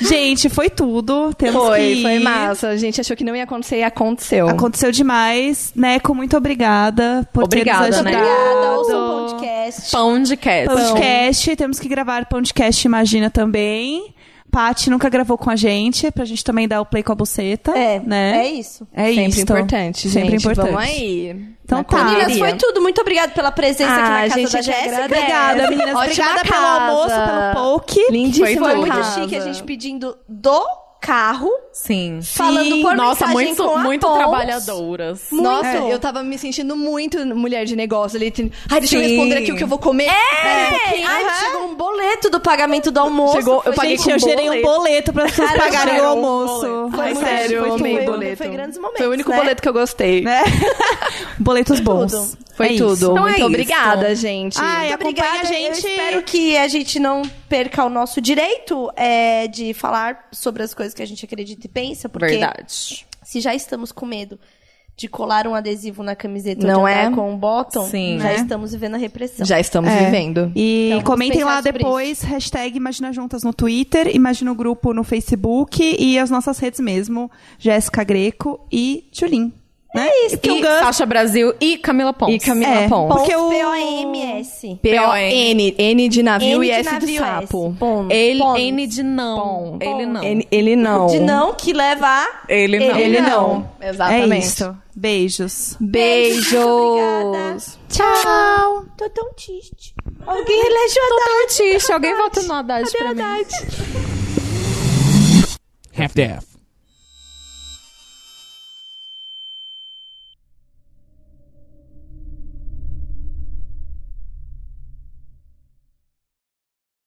A: Gente, foi tudo. Temos que
B: Foi,
A: ir.
B: foi massa. A gente achou que não ia acontecer e aconteceu.
A: Aconteceu demais. Neco, muito obrigada por
D: Obrigada,
A: ter nos
D: né?
A: ajudado.
C: Obrigada, ouça o podcast.
D: Pão de cast.
A: Podcast, temos que gravar podcast Imagina também. Paty nunca gravou com a gente, pra gente também dar o play com a buceta.
C: É,
A: né?
C: é isso.
A: É
B: Sempre
A: isso.
B: importante,
A: Sempre
B: gente.
A: importante.
B: Vamos aí.
A: Então
B: Na
A: tá.
B: correria.
C: Meninas, foi tudo. Muito obrigada pela presença aqui na
B: Ah,
C: casa
B: gente,
C: da
B: a gente
C: Jéssica.
B: agradece.
A: Obrigada, meninas.
B: Ótima
A: obrigada pelo
B: casa.
A: almoço, pelo poke.
B: Lindíssimo.
C: Foi,
B: Foi
C: É muito
B: casa.
C: chique a gente pedindo do carro.
D: Sim.
C: Falando por
D: Nossa,
C: mensagem
D: muito,
C: com a
D: muito
C: Pons.
D: trabalhadoras.
B: Nossa,
A: É.
B: eu tava me sentindo muito mulher de negócio ali. tem- Ai, deixa eu
D: Sim.
B: responder aqui o que eu vou comer. É!
C: Ai, chegou um boleto do pagamento do almoço.
B: Chegou- eu paguei
A: Gente, eu
B: com
A: gerei um
B: boleto.
A: boleto pra vocês
C: Cara,
A: pagarem o
C: gerou um
A: almoço.
B: Ai,
C: muito
B: sério,
C: chique,
B: eu
C: foi
B: amei o
C: tudo.
B: boleto.
C: Foi grandes momentos,
B: Foi o único
C: né?
B: boleto que eu gostei.
A: Né? Boletos bons.
B: Foi
A: É isso.
B: tudo.
D: Então é
B: muito
D: isso.
B: obrigada, gente.
A: Ai,
C: é
A: acompanha a
C: Eu
A: gente.
C: espero que a gente não perca o nosso direito é, de falar sobre as coisas que a gente acredita e pensa, porque
D: Verdade.
C: se já estamos com medo de colar um adesivo na camiseta
B: Não
C: ou de andar
B: é?
C: com um bottom,
D: Sim.
C: já
A: Né?
C: estamos vivendo a repressão.
B: Então, Já estamos
A: É.
B: vivendo.
A: E
C: Então, vamos
A: comentem
C: pensar
A: lá
C: sobre
A: depois, hashtag Imagina Juntas no Twitter, Imagina o Grupo no Facebook e as nossas redes mesmo, Jéssica Greco e Julin. Né? É isso.
D: E
A: Porque o Gus...
D: Sasha Brasil e Camila Pons.
B: E Camila
A: É.
B: Pons.
A: Porque o-
C: P-O-M-S.
B: P-O-N. N de navio
C: N
B: e
C: de
B: S de
C: navio,
B: sapo.
C: S. Pons.
D: Ele,
C: Pons.
D: N de não.
B: Pons.
D: Ele não.
B: Ele, ele não.
C: De não que leva a...
D: Ele não.
B: Ele não.
A: É
B: Exatamente.
A: isso. Beijos.
B: Beijos.
A: Tchau.
C: Tô tão triste.
D: Alguém elege o Haddad. Alguém vota no Haddad pra mim.
F: Half-daff.